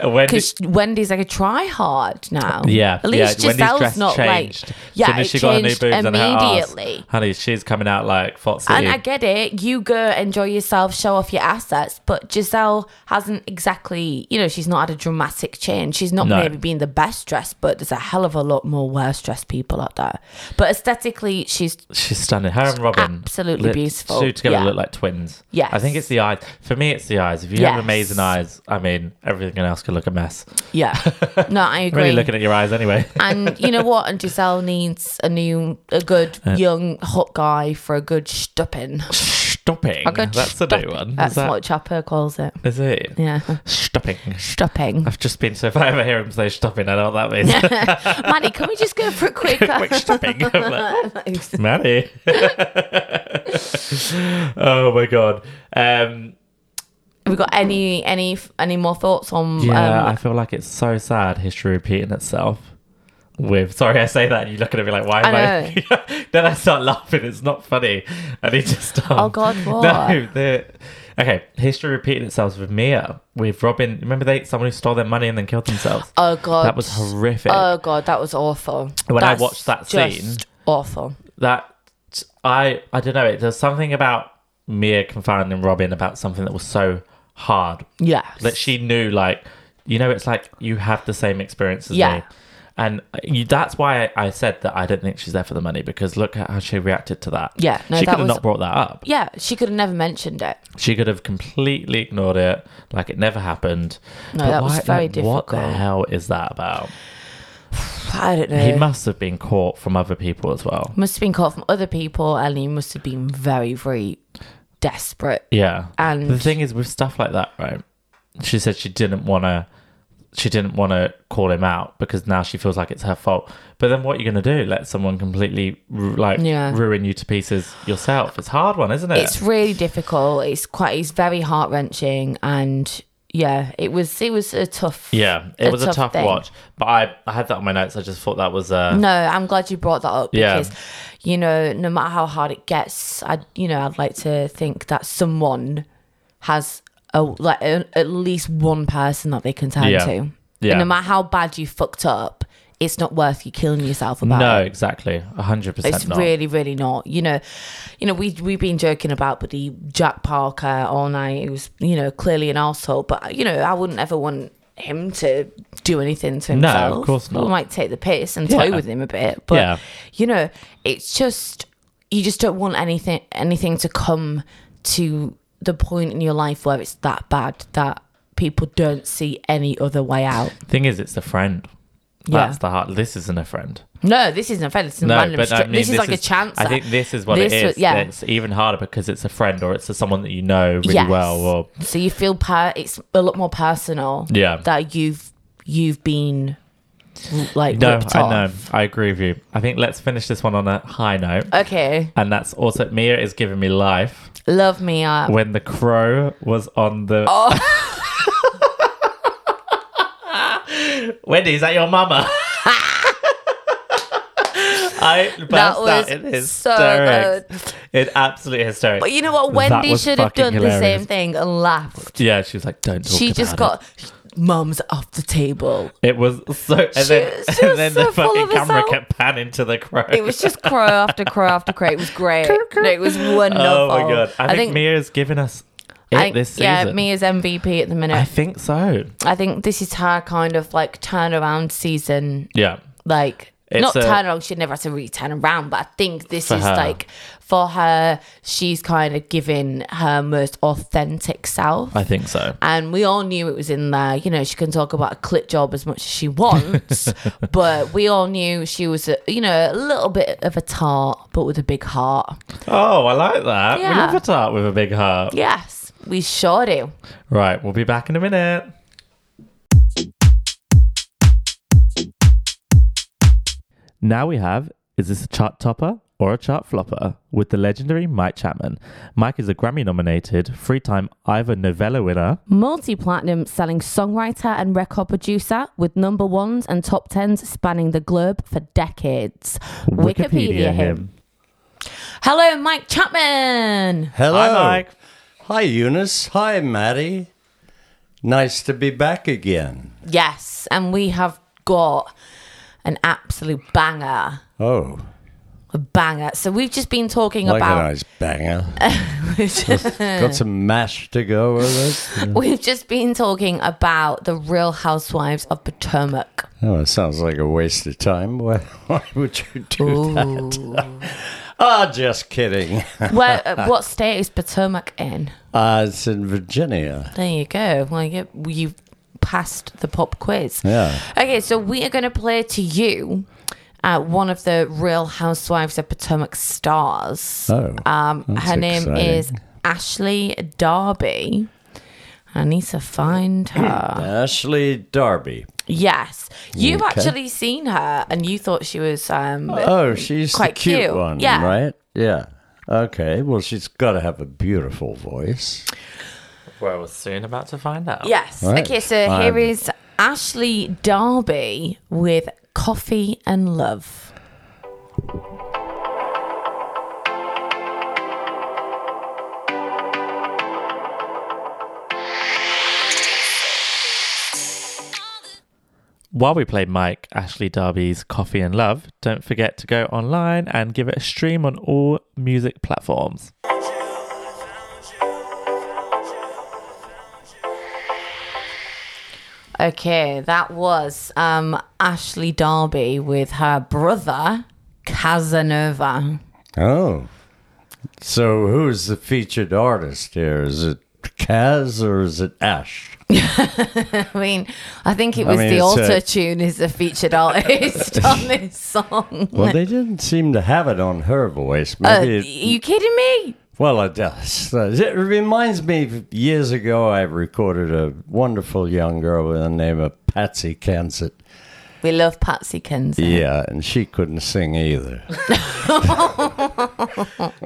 S2: when
S1: because Wendy's like a try hard now.
S2: yeah,
S1: at
S2: yeah,
S1: least
S2: Wendy's
S1: Giselle's
S2: dress
S1: not
S2: changed.
S1: like yeah,
S2: Soon as
S1: it
S2: she got her new
S1: changed
S2: boobs and her arse,
S1: immediately.
S2: honey, she's coming out like Foxy.
S1: And I get it, you go enjoy yourself, show off your assets, but Giselle hasn't exactly, you know, she's not had a dramatic change. She's not
S2: No.
S1: maybe being the best dressed, but there's a hell of a lot more worse dressed people out there. But aesthetically, she's
S2: She's stunning. Her and Robin.
S1: absolutely
S2: look-
S1: beautiful.
S2: Two together
S1: Yeah.
S2: look like twins.
S1: Yes.
S2: I think it's the eyes. For me, it's the eyes. If you have
S1: Yes.
S2: amazing eyes, I mean, everything else can look a mess.
S1: yeah. no, I agree.
S2: Really looking at your eyes anyway.
S1: and you know what? And Giselle needs a new, a good young hot guy for a good stupping.
S2: Stopping.
S1: I'll go
S2: That's the
S1: stopping.
S2: new one.
S1: That's
S2: is, that,
S1: what Chopper calls it.
S2: is it?
S1: Yeah.
S2: Stopping.
S1: Stopping.
S2: I've just been, so if I ever hear him say stopping, I know what that means.
S1: Maddie, can we just go for a quick? uh,
S2: quick stopping. I'm like, Maddie. oh my god. Um,
S1: Have we got any any any more thoughts on?
S2: yeah,
S1: um,
S2: I feel like it's so sad. History repeating itself. With sorry, I say that and you look at me like, why am
S1: I
S2: I? then I start laughing. It's not funny. I need to stop.
S1: Oh, God,
S2: No,
S1: what?
S2: the okay. History repeating itself with Mia, with Robin. Remember they someone who stole their money and then killed themselves.
S1: oh god,
S2: that was horrific.
S1: Oh god, that was awful.
S2: When I
S1: That's
S2: watched that
S1: just
S2: scene-
S1: awful.
S2: that I I don't know. It There's something about Mia confiding Robin about something that was so hard
S1: Yeah,
S2: that she knew. Like you know, it's like you have the same experience as
S1: Yeah.
S2: me. And you, that's why I, I said that I don't think she's there for the money because look at how she reacted to that.
S1: Yeah, no,
S2: she
S1: that
S2: could
S1: was-
S2: have not brought that up.
S1: yeah, she could have never mentioned it.
S2: She could have completely ignored it, like it never happened.
S1: No, that was very
S2: What the
S1: difficult.
S2: hell is that about?
S1: I don't know.
S2: He must have been caught from other people as well.
S1: must have been caught from other people, and he must have been very very desperate.
S2: Yeah.
S1: And-
S2: the thing is with stuff like that, right? She said she didn't want to she didn't want to call him out because now she feels like it's her fault. But then what are you going to do? Let someone completely ru- like
S1: Yeah.
S2: ruin you to pieces yourself. It's a hard one, isn't it?
S1: It's really difficult. It's quite. It's very heart wrenching, and yeah, it was. It was a tough.
S2: yeah, it was a tough
S1: thing.
S2: watch, but I I had that on my notes. I just thought that was uh
S1: No, I'm glad you brought that up
S2: Yeah.
S1: because, you know, no matter how hard it gets, I, you know, I'd like to think that someone has a, like a, at least one person that they can turn
S2: Yeah.
S1: to.
S2: Yeah.
S1: And no matter how bad you fucked up, it's not worth you killing yourself about.
S2: no,
S1: it.
S2: exactly, hundred
S1: It's
S2: percent not.
S1: really, really not. You know, you know, we we've been joking about buddy Jack Parker all night. He was, you know, clearly an asshole, but you know, I wouldn't ever want him to do anything to
S2: No, of
S1: himself.
S2: course not.
S1: We might take the piss and
S2: Yeah.
S1: toy with him a bit, but
S2: Yeah.
S1: you know, it's just you just don't want anything anything to come to the point in your life where it's that bad that people don't see any other way out.
S2: Thing is, it's the friend.
S1: Yeah.
S2: That's the heart. This isn't a friend.
S1: No, this isn't fair. This is a random.
S2: but I
S1: stri-
S2: mean,
S1: this, is like a chance.
S2: I
S1: that-
S2: think this is what it
S1: was-
S2: is. Yeah. It's even harder because it's a friend or it's a, someone that you know really
S1: Yes.
S2: well. Or
S1: so you feel per- it's a lot more personal
S2: Yeah.
S1: that you've you've been like
S2: no,
S1: ripped
S2: I know.
S1: off.
S2: I agree with you. I think let's finish this one on a high note.
S1: okay
S2: And that's also Mia is giving me life
S1: love me up
S2: when the crow was on the.
S1: Oh.
S2: Wendy, is that your mama? I burst
S1: That
S2: out
S1: was
S2: in
S1: so
S2: hysterics. It absolutely hysterics.
S1: but you know what
S2: That
S1: wendy
S2: was
S1: should have
S2: fucking
S1: done the
S2: hilarious.
S1: same thing and laughed
S2: Yeah, she was like, "Don't talk."
S1: she just
S2: about
S1: got mum's off the table
S2: It. It was so, and
S1: She
S2: then,
S1: was- she
S2: and
S1: was
S2: then
S1: so
S2: the
S1: full
S2: fucking
S1: of
S2: camera
S1: herself.
S2: kept panning to the crow.
S1: it was just crow after crow after crow. It was great. No, it was wonderful.
S2: Oh my god! I, think, Mia's given us it
S1: I-
S2: this season.
S1: yeah, Mia's MVP at the minute. I
S2: I think so.
S1: think this is her kind of like turnaround season
S2: Yeah,
S1: like
S2: It's
S1: not
S2: a-
S1: turn around. She never had to really turn around, but I think this
S2: For
S1: is
S2: her.
S1: like for her. She's kind of giving her most authentic self.
S2: I think so.
S1: and we all knew it was in there. You know, she can talk about a clit job as much as she wants, but we all knew she was, a, you know, a little bit of a tart, but with a big heart.
S2: Oh, I like that. We
S1: Yeah.
S2: love a tart with a big heart.
S1: Yes, we sure do.
S2: Right, we'll be back in a minute. Now we have Is This a Chart Topper or a Chart Flopper? with the legendary Mike Chapman. Mike is a Grammy nominated, three time Ivor Novella winner.
S1: Multi platinum selling songwriter and record producer with number ones and top tens spanning the globe for decades. Hello, Mike Chapman.
S6: Hello.
S2: Hi, Mike.
S6: Hi, Eunice. Hi, Maddie. Nice to be back again.
S1: Yes, and we have got an absolute banger.
S6: Oh,
S1: A banger. So we've just been talking
S6: like a
S1: about
S6: nice banger. Got some mash to go with us.
S1: we've just been talking about the Real Housewives of Potomac.
S6: Oh, it sounds like a waste of time. Why, why would you do that? Ah, just kidding.
S1: Where, uh, what state is Potomac in?
S6: Uh, it's in Virginia.
S1: There you go. Well, you, you passed the pop quiz.
S6: Yeah.
S1: Okay, so we are going to play to you uh, one of the Real Housewives of Potomac stars.
S6: Oh,
S1: um,
S6: that's
S1: her name
S6: exciting.
S1: is Ashley Darby. I need to find her.
S6: Ashley Darby.
S1: yes. you
S6: Okay.
S1: actually seen her and you thought she was um
S6: Oh, she's
S1: Quite
S6: the cute,
S1: cute,
S6: one,
S1: yeah.
S6: right? Yeah. Okay. Well, she's got to have a beautiful voice.
S2: Well, we're soon about to find out.
S1: Yes.
S6: Right.
S1: Okay, so here
S6: Um,
S1: is Ashley Darby with Coffee and Love.
S2: While we play Mike Ashley Darby's Coffee and Love, don't forget to go online and give it a stream on all music platforms.
S1: Okay, that was um, Ashley Darby with her brother Casanova.
S6: Oh. So who's the featured artist here? Is it Kaz or is it Ash?
S1: I mean, I think it
S6: I
S1: was
S6: mean,
S1: the
S6: it's uh, a-
S1: auto tune is the featured artist on this song.
S6: Well, they didn't seem to have it on her voice. Maybe
S1: Are
S6: it
S1: you kidding me?
S6: Well, it does. Uh, It reminds me of years ago, I recorded a wonderful young girl by the name of Patsy Kansas.
S1: We love Patsy Kenzie.
S6: Yeah, and she couldn't sing either.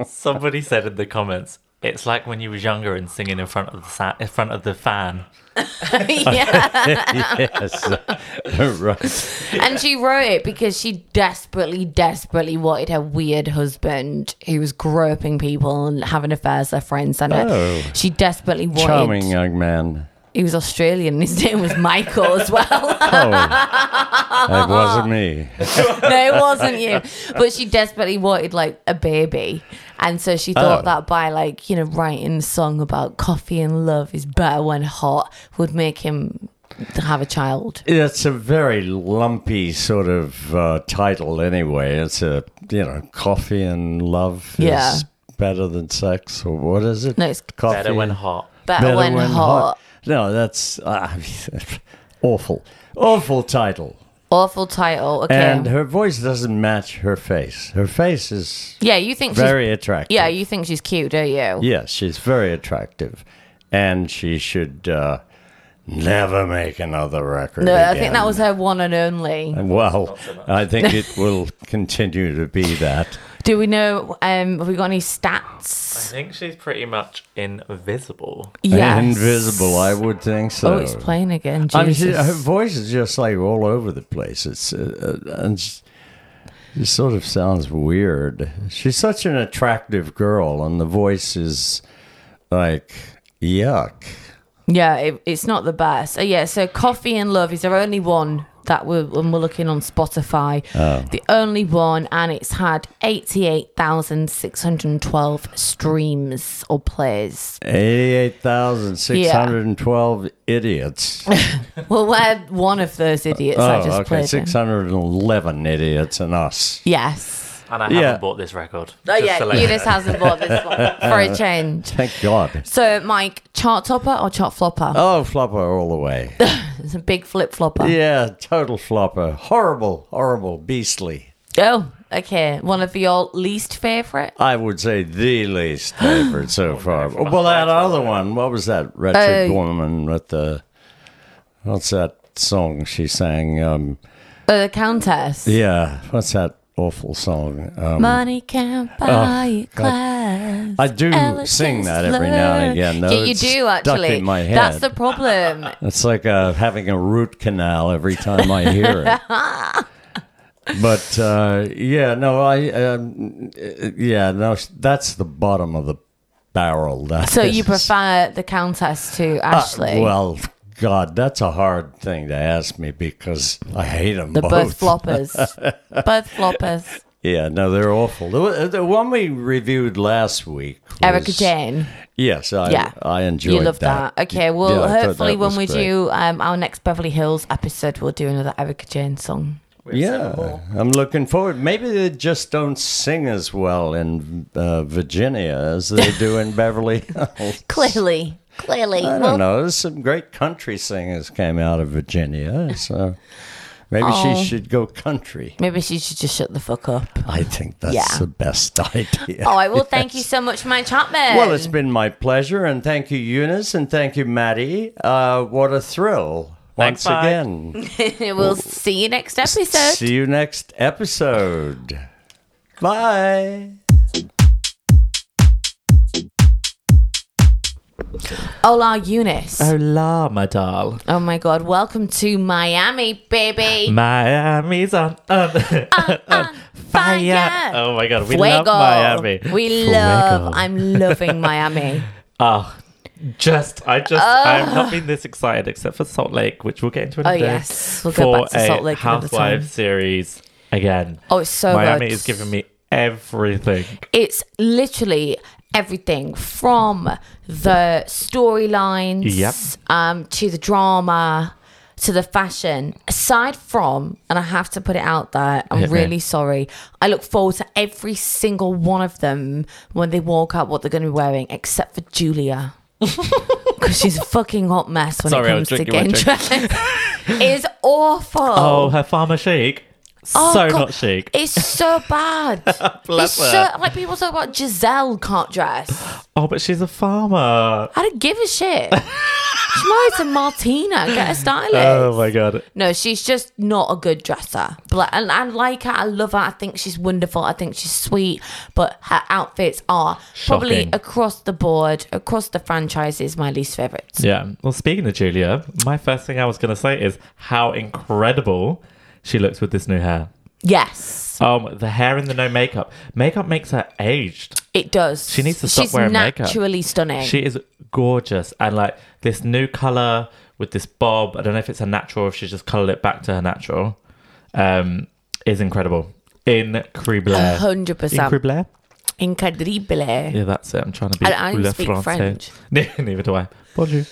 S2: Somebody said in the comments, it's like when you was younger and singing in front of the sa- in front of the fan.
S1: yeah.
S6: yes, right.
S1: And she wrote it because she desperately, desperately wanted her weird husband who was groping people and having affairs with her friends. And her-
S6: Oh.
S1: she desperately wanted.
S6: Charming uh, young man.
S1: He was Australian. His name was Michael as well.
S6: Oh, that wasn't me.
S1: no, it wasn't you. But she desperately wanted like a baby. And so she thought
S6: Oh.
S1: that by like, you know, writing a song about coffee and love is better when hot would make him have a child.
S6: It's a very lumpy sort of uh, title, anyway. It's a you know, coffee and love
S1: Yeah.
S6: is better than sex, or what is it?
S1: No, it's
S6: coffee.
S2: Better when hot.
S1: Better, when, hot.
S6: No, that's uh, awful. Awful title.
S1: Awful title. Okay.
S6: And her voice doesn't match her face. Her face is
S1: yeah, you think
S6: very
S1: she's
S6: attractive.
S1: Yeah, you think she's cute, don't you?
S6: Yes, she's very attractive. And she should uh, never make another record.
S1: No, I
S6: again.
S1: think that was her one and only.
S6: Well, I think it will continue to be that.
S1: Do we know? Um, have we got any
S2: I
S1: stats?
S2: think she's pretty much invisible.
S1: Yes.
S6: Invisible, I would think so.
S1: Oh, it's playing again.
S6: I mean, she,
S1: Jesus.
S6: her voice is just like all over the place. It's uh, uh, and she, she sort of sounds weird. She's such an attractive girl, and the voice is like yuck.
S1: Yeah, it, it's not the best. Uh, yeah, so Coffee and Love is our only one that we're, when we're looking on Spotify.
S6: Oh.
S1: The only one, and it's had 88,612 streams or plays.
S6: Eighty-eight thousand six hundred and twelve idiots.
S1: Well, we're one of those idiots I
S6: oh,
S1: just
S6: okay,
S1: played.
S6: six hundred and eleven idiots and us.
S1: Yes.
S2: And I
S6: Yeah.
S2: haven't bought this record.
S1: Oh,
S2: Just
S1: yeah,
S2: to let you
S1: Eunice
S2: know.
S1: hasn't bought this one for a change.
S6: Thank God.
S1: So, Mike, chart topper or chart flopper?
S6: Oh, flopper all the way.
S1: It's a big flip flopper.
S6: yeah, total flopper. Horrible, horrible, beastly.
S1: Oh, okay. One of your least favorite?
S6: I would say the least favorite so far. well, that other one, what was that wretched
S1: Oh.
S6: woman with the? What's that song she sang? Um,
S1: Uh, the Countess.
S6: yeah, what's that awful song? Um,
S1: Money can't buy you class.
S6: I do
S1: Elegance,
S6: Oh, sing that every now and
S1: learn.
S6: again. Though
S1: Yeah, you
S6: it's
S1: do
S6: stuck
S1: actually.
S6: in my head.
S1: That's the problem.
S6: It's like uh, having a root canal every time I hear it. but uh, yeah, no, I um, uh, yeah, no, that's the bottom of the barrel. That
S1: So you
S6: is.
S1: prefer the Countess to
S6: Uh,
S1: Ashley?
S6: well, God, that's a hard thing to ask me because I hate them
S1: the both
S6: both.
S1: floppers. both floppers.
S6: Yeah, no, they're awful. The, the one we reviewed last week, was,
S1: Erica Jane.
S6: Yes, I,
S1: Yeah.
S6: I enjoyed
S1: You love that. Okay, well,
S6: Yeah, I thought that
S1: hopefully when
S6: was
S1: we
S6: great.
S1: do um, our next Beverly Hills episode, we'll do another Erica Jane song.
S6: Yeah, I'm looking forward. Maybe they just don't sing as well in uh, Virginia as they do in Beverly Hills.
S1: Clearly. Clearly.
S6: I
S1: Well,
S6: don't know. There's some great country singers came out of Virginia, so Maybe
S1: Oh.
S6: she should go country.
S1: Maybe she should just shut the fuck up.
S6: I think that's
S1: Yeah.
S6: the best idea.
S1: All right, well, thank you so much, my Chapman.
S6: Well, it's been my pleasure, and thank you, Eunice, and thank you, Maddie. Uh, what a thrill!
S2: Thanks,
S6: Once
S2: bye.
S6: again,
S1: we'll see you next episode.
S6: see you next episode. Bye.
S1: Hola, Eunice.
S2: Hola, my doll.
S1: Oh my God, welcome to Miami, baby.
S2: Miami's on, on, on, fire.
S1: Uh, fire.
S2: Oh my god, we
S1: Fuego.
S2: love Miami.
S1: We
S2: Fuego.
S1: love. I'm loving Miami.
S2: Oh, just I just I've not been this excited except for Salt Lake, which we'll get into another
S1: Oh,
S2: day.
S1: yes. We'll go
S2: for
S1: back to Salt
S2: a
S1: Lake another time.
S2: Housewives series again.
S1: Oh, it's so
S2: Miami
S1: good.
S2: is giving me everything.
S1: It's literally everything from the storylines
S2: Yep.
S1: um, to the drama to the fashion. Aside from, and I have to put it out there, I'm
S2: Hit me.
S1: really sorry. I look forward to every single one of them when they walk out what they're going to be wearing, except for Julia. Because she's a fucking hot mess when
S2: Sorry,
S1: it
S2: I was
S1: comes to getting
S2: drinking my
S1: dressed. it's awful.
S2: Oh, her farmer chic.
S1: Oh,
S2: so
S1: God.
S2: not chic.
S1: It's so bad.
S2: Bless
S1: it's
S2: her.
S1: so like people talk about Giselle can't dress.
S2: Oh, but she's a farmer.
S1: I don't give a shit. She's married to Martina. Get a stylist.
S2: Oh my god.
S1: no, she's just not a good dresser. But and I like her. I love her. I think she's wonderful. I think she's sweet. But her outfits are probably
S2: Shocking.
S1: across the board, across the franchises, my least favorites.
S2: Yeah. Well, speaking of Julia, my first thing I was going to say is how incredible she looks with this new hair.
S1: Yes,
S2: Um, the hair and the no makeup. Makeup makes her aged.
S1: it does.
S2: She needs to stop
S1: she's
S2: wearing makeup.
S1: naturally stunning.
S2: She is gorgeous and like this new color with this bob. I don't know if it's her natural or if she's just colored it back to her natural. Um, is incredible. Incredible.
S1: hundred percent
S2: Incredible.
S1: incredible.
S2: Yeah, that's it. I'm trying to be.
S1: I- I don't
S2: le
S1: speak
S2: français.
S1: French.
S2: Neither do I. Bonjour.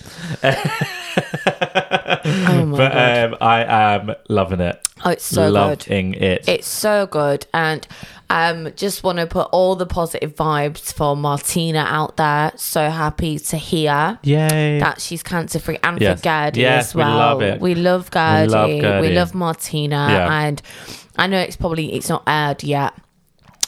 S1: Oh my
S2: But
S1: god.
S2: um, I am loving it.
S1: Oh, it's so good.
S2: loving it.
S1: It's so good. And um, just want to put all the positive vibes for Martina out there. So happy to hear
S2: Yay.
S1: that she's cancer free and
S2: Yes.
S1: for Gertie
S2: Yes,
S1: as
S2: we
S1: well.
S2: love it.
S1: We love
S2: love
S1: Gertie. We love,
S2: Gertie.
S1: Martina.
S2: Yeah.
S1: And I know it's probably it's not aired yet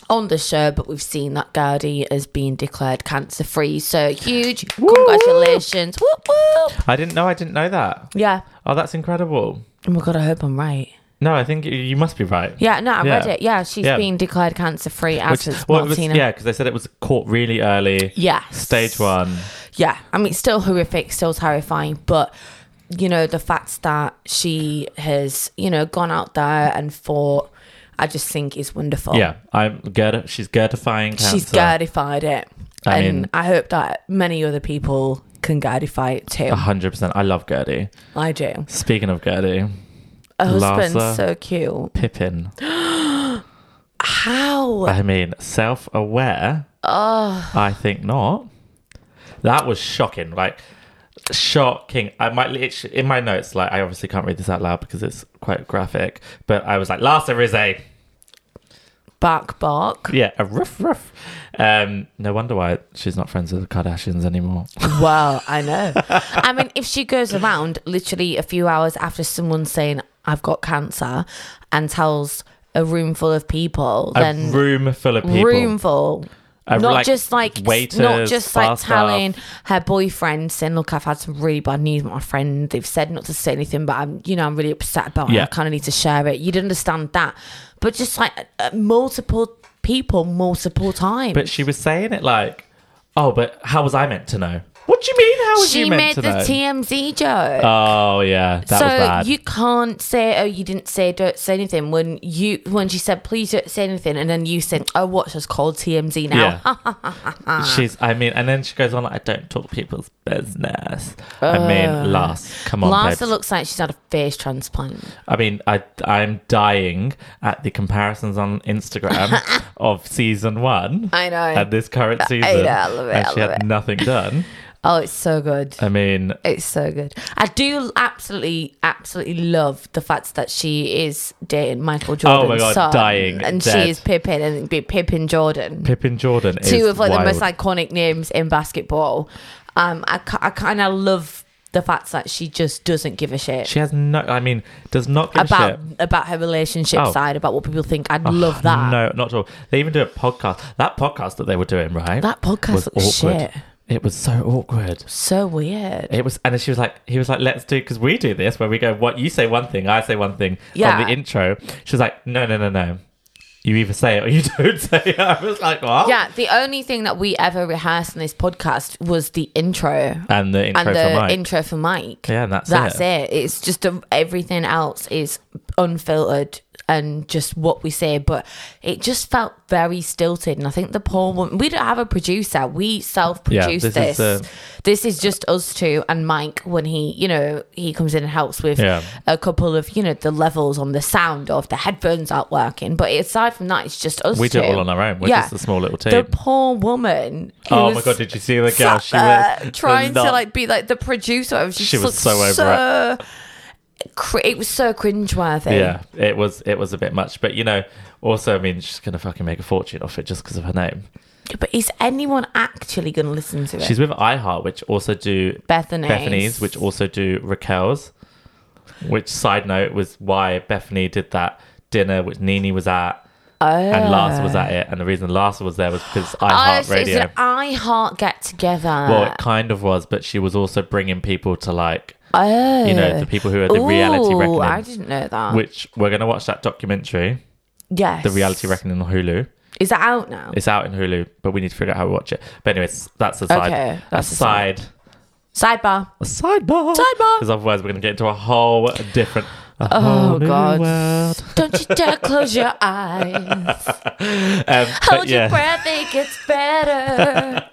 S1: on the show, but we've seen that Gertie has been declared cancer free. So huge congratulations. Whoop whoop.
S2: I didn't know. I didn't know that.
S1: Yeah.
S2: Oh, that's incredible.
S1: Oh my god, I hope I'm right.
S2: No, I think you- you must be right.
S1: Yeah, no, I read
S2: Yeah.
S1: it. Yeah, she's
S2: Yeah.
S1: been declared cancer free as
S2: Which,
S1: is
S2: well, it was,
S1: Martina.
S2: yeah, because they said it was caught really early.
S1: Yes.
S2: Stage one.
S1: yeah, I mean, it's still horrific, still terrifying, but you know, the fact that she has, you know, gone out there and fought, I just think is wonderful.
S2: Yeah, I'm Gerda. She's Gerdifying cancer.
S1: She's girdified it.
S2: I
S1: and
S2: mean-
S1: I hope that many other people can girdify it too.
S2: Hundred percent. I love Gertie.
S1: I do.
S2: Speaking of Gertie,
S1: Her husband's
S2: Lhasa.
S1: so cute.
S2: Pippin.
S1: How?
S2: I mean, self-aware. Oh. I think not. That was shocking. Like shocking. I might it's in my notes. Like I obviously can't read this out loud because it's quite graphic. But I was like, Lhasa is a
S1: Bark, bark.
S2: yeah a ruff ruff. Um, no wonder why she's not friends with the Kardashians anymore.
S1: Well, I know. I mean, if she goes around literally a few hours after someone saying, I've got cancer, and tells a room full of people,
S2: a
S1: then
S2: room full of people.
S1: room full.
S2: A-
S1: not
S2: like,
S1: just like
S2: waiters,
S1: not just like
S2: bar staff.
S1: telling her boyfriend saying, "Look, I've had some really bad news with my friend. They've said not to say anything, but I'm, you know, I'm really upset about it.
S2: Yeah.
S1: I kind of need to share it." You'd understand that, but just like uh, multiple people, multiple times.
S2: But she was saying it like, oh, but how was I meant to know? What do you mean? How was
S1: she
S2: you meant
S1: made
S2: to
S1: the
S2: know?
S1: TMZ joke.
S2: Oh yeah, that was
S1: so
S2: bad.
S1: you can't say, "Oh, you didn't say, don't say anything." When you when she said, "Please don't say anything," and then you said, "Oh, what's this called TMZ now?"
S2: yeah. She's. I mean, and then she goes on like, I don't talk people's business. I
S1: Ah.
S2: mean, last. Come on,
S1: Larsa
S2: babes.
S1: looks like she's had a face transplant.
S2: I mean, I I'm dying at the comparisons on Instagram of season one.
S1: I know.
S2: And this current season,
S1: know, I love it,
S2: and
S1: I
S2: she
S1: love
S2: had
S1: it.
S2: nothing done.
S1: Oh, it's so good.
S2: I mean,
S1: It's so good. I do absolutely, absolutely love the fact that she is dating Michael Jordan.
S2: Oh my God, dying,
S1: And
S2: dead.
S1: she is Pippin and it'd be Pippin Jordan.
S2: Pippin Jordan.
S1: Two
S2: is
S1: of like the most
S2: wild.
S1: iconic names in basketball. Um, I, ki- I kind of love the fact that she just doesn't give a shit
S2: She has no. I mean, does not give a
S1: about
S2: shit.
S1: about her relationship
S2: Oh.
S1: side, about what people think. I'd love that.
S2: No, not at all. They even do a podcast. That podcast that they were doing, right?
S1: That podcast
S2: was
S1: looks
S2: awkward.
S1: shit.
S2: It was so awkward.
S1: So weird.
S2: It was, and she was like, he was like, let's do because we do this where we go, what you say one thing, I say one thing
S1: Yeah.
S2: on the intro. She was like, no, no, no, no. You either say it or you don't say it. I was like, what?
S1: Yeah, the only thing that we ever rehearsed in this podcast was the intro
S2: And the intro
S1: and
S2: for
S1: the
S2: Mike.
S1: intro for Mike.
S2: Yeah, and that's
S1: that's
S2: it.
S1: it. It's just um, everything else is unfiltered and just what we say. But it just felt very stilted, and I think the poor woman. We don't have a producer. We self-produce
S2: Yeah,
S1: this.
S2: this is, uh,
S1: this is just us two and Mike when he, you know, he comes in and helps with
S2: Yeah.
S1: a couple of, you know, the levels on the sound of the headphones aren't working. But aside from that, it's just us.
S2: We do it
S1: two.
S2: all on our own. We're just a small little
S1: The
S2: team.
S1: poor woman. who
S2: Oh my
S1: was
S2: god! Did you see the
S1: sat
S2: girl? She
S1: there
S2: was
S1: trying to
S2: not-
S1: like be like the producer. It was just
S2: She was
S1: looked
S2: so over
S1: so cr- it was so cringeworthy.
S2: Yeah, it was it was a bit much, but you know, also I mean, she's gonna fucking make a fortune off it just because of her name.
S1: But is anyone actually going to listen to it?
S2: She's with iHeart, which also do
S1: Bethany's.
S2: Bethany's, which also do Raquel's. Which side note was why Bethany did that dinner, which Nini was at, and Lars was at it, and the reason Lars was there was because
S1: I,
S2: iHeart
S1: it's
S2: Radio.
S1: an I heart get together.
S2: Well, it kind of was, but she was also bringing people to like
S1: oh,
S2: you know the people who are the reality
S1: Ooh,
S2: reckoning,
S1: Oh, I didn't know that.
S2: which we're gonna watch that documentary,
S1: yes,
S2: the reality reckoning on Hulu.
S1: is that out now?
S2: It's out in Hulu, but we need to figure out how we watch it. But anyways, that's a side.
S1: Okay, that's
S2: that's a
S1: a
S2: side.
S1: Sidebar.
S2: A sidebar.
S1: Sidebar.
S2: Because otherwise, we're gonna get into a whole different. a
S1: Oh
S2: whole new
S1: God!
S2: world.
S1: Don't you dare close your eyes.
S2: Um,
S1: Hold
S2: but yeah,
S1: your breath, it gets better.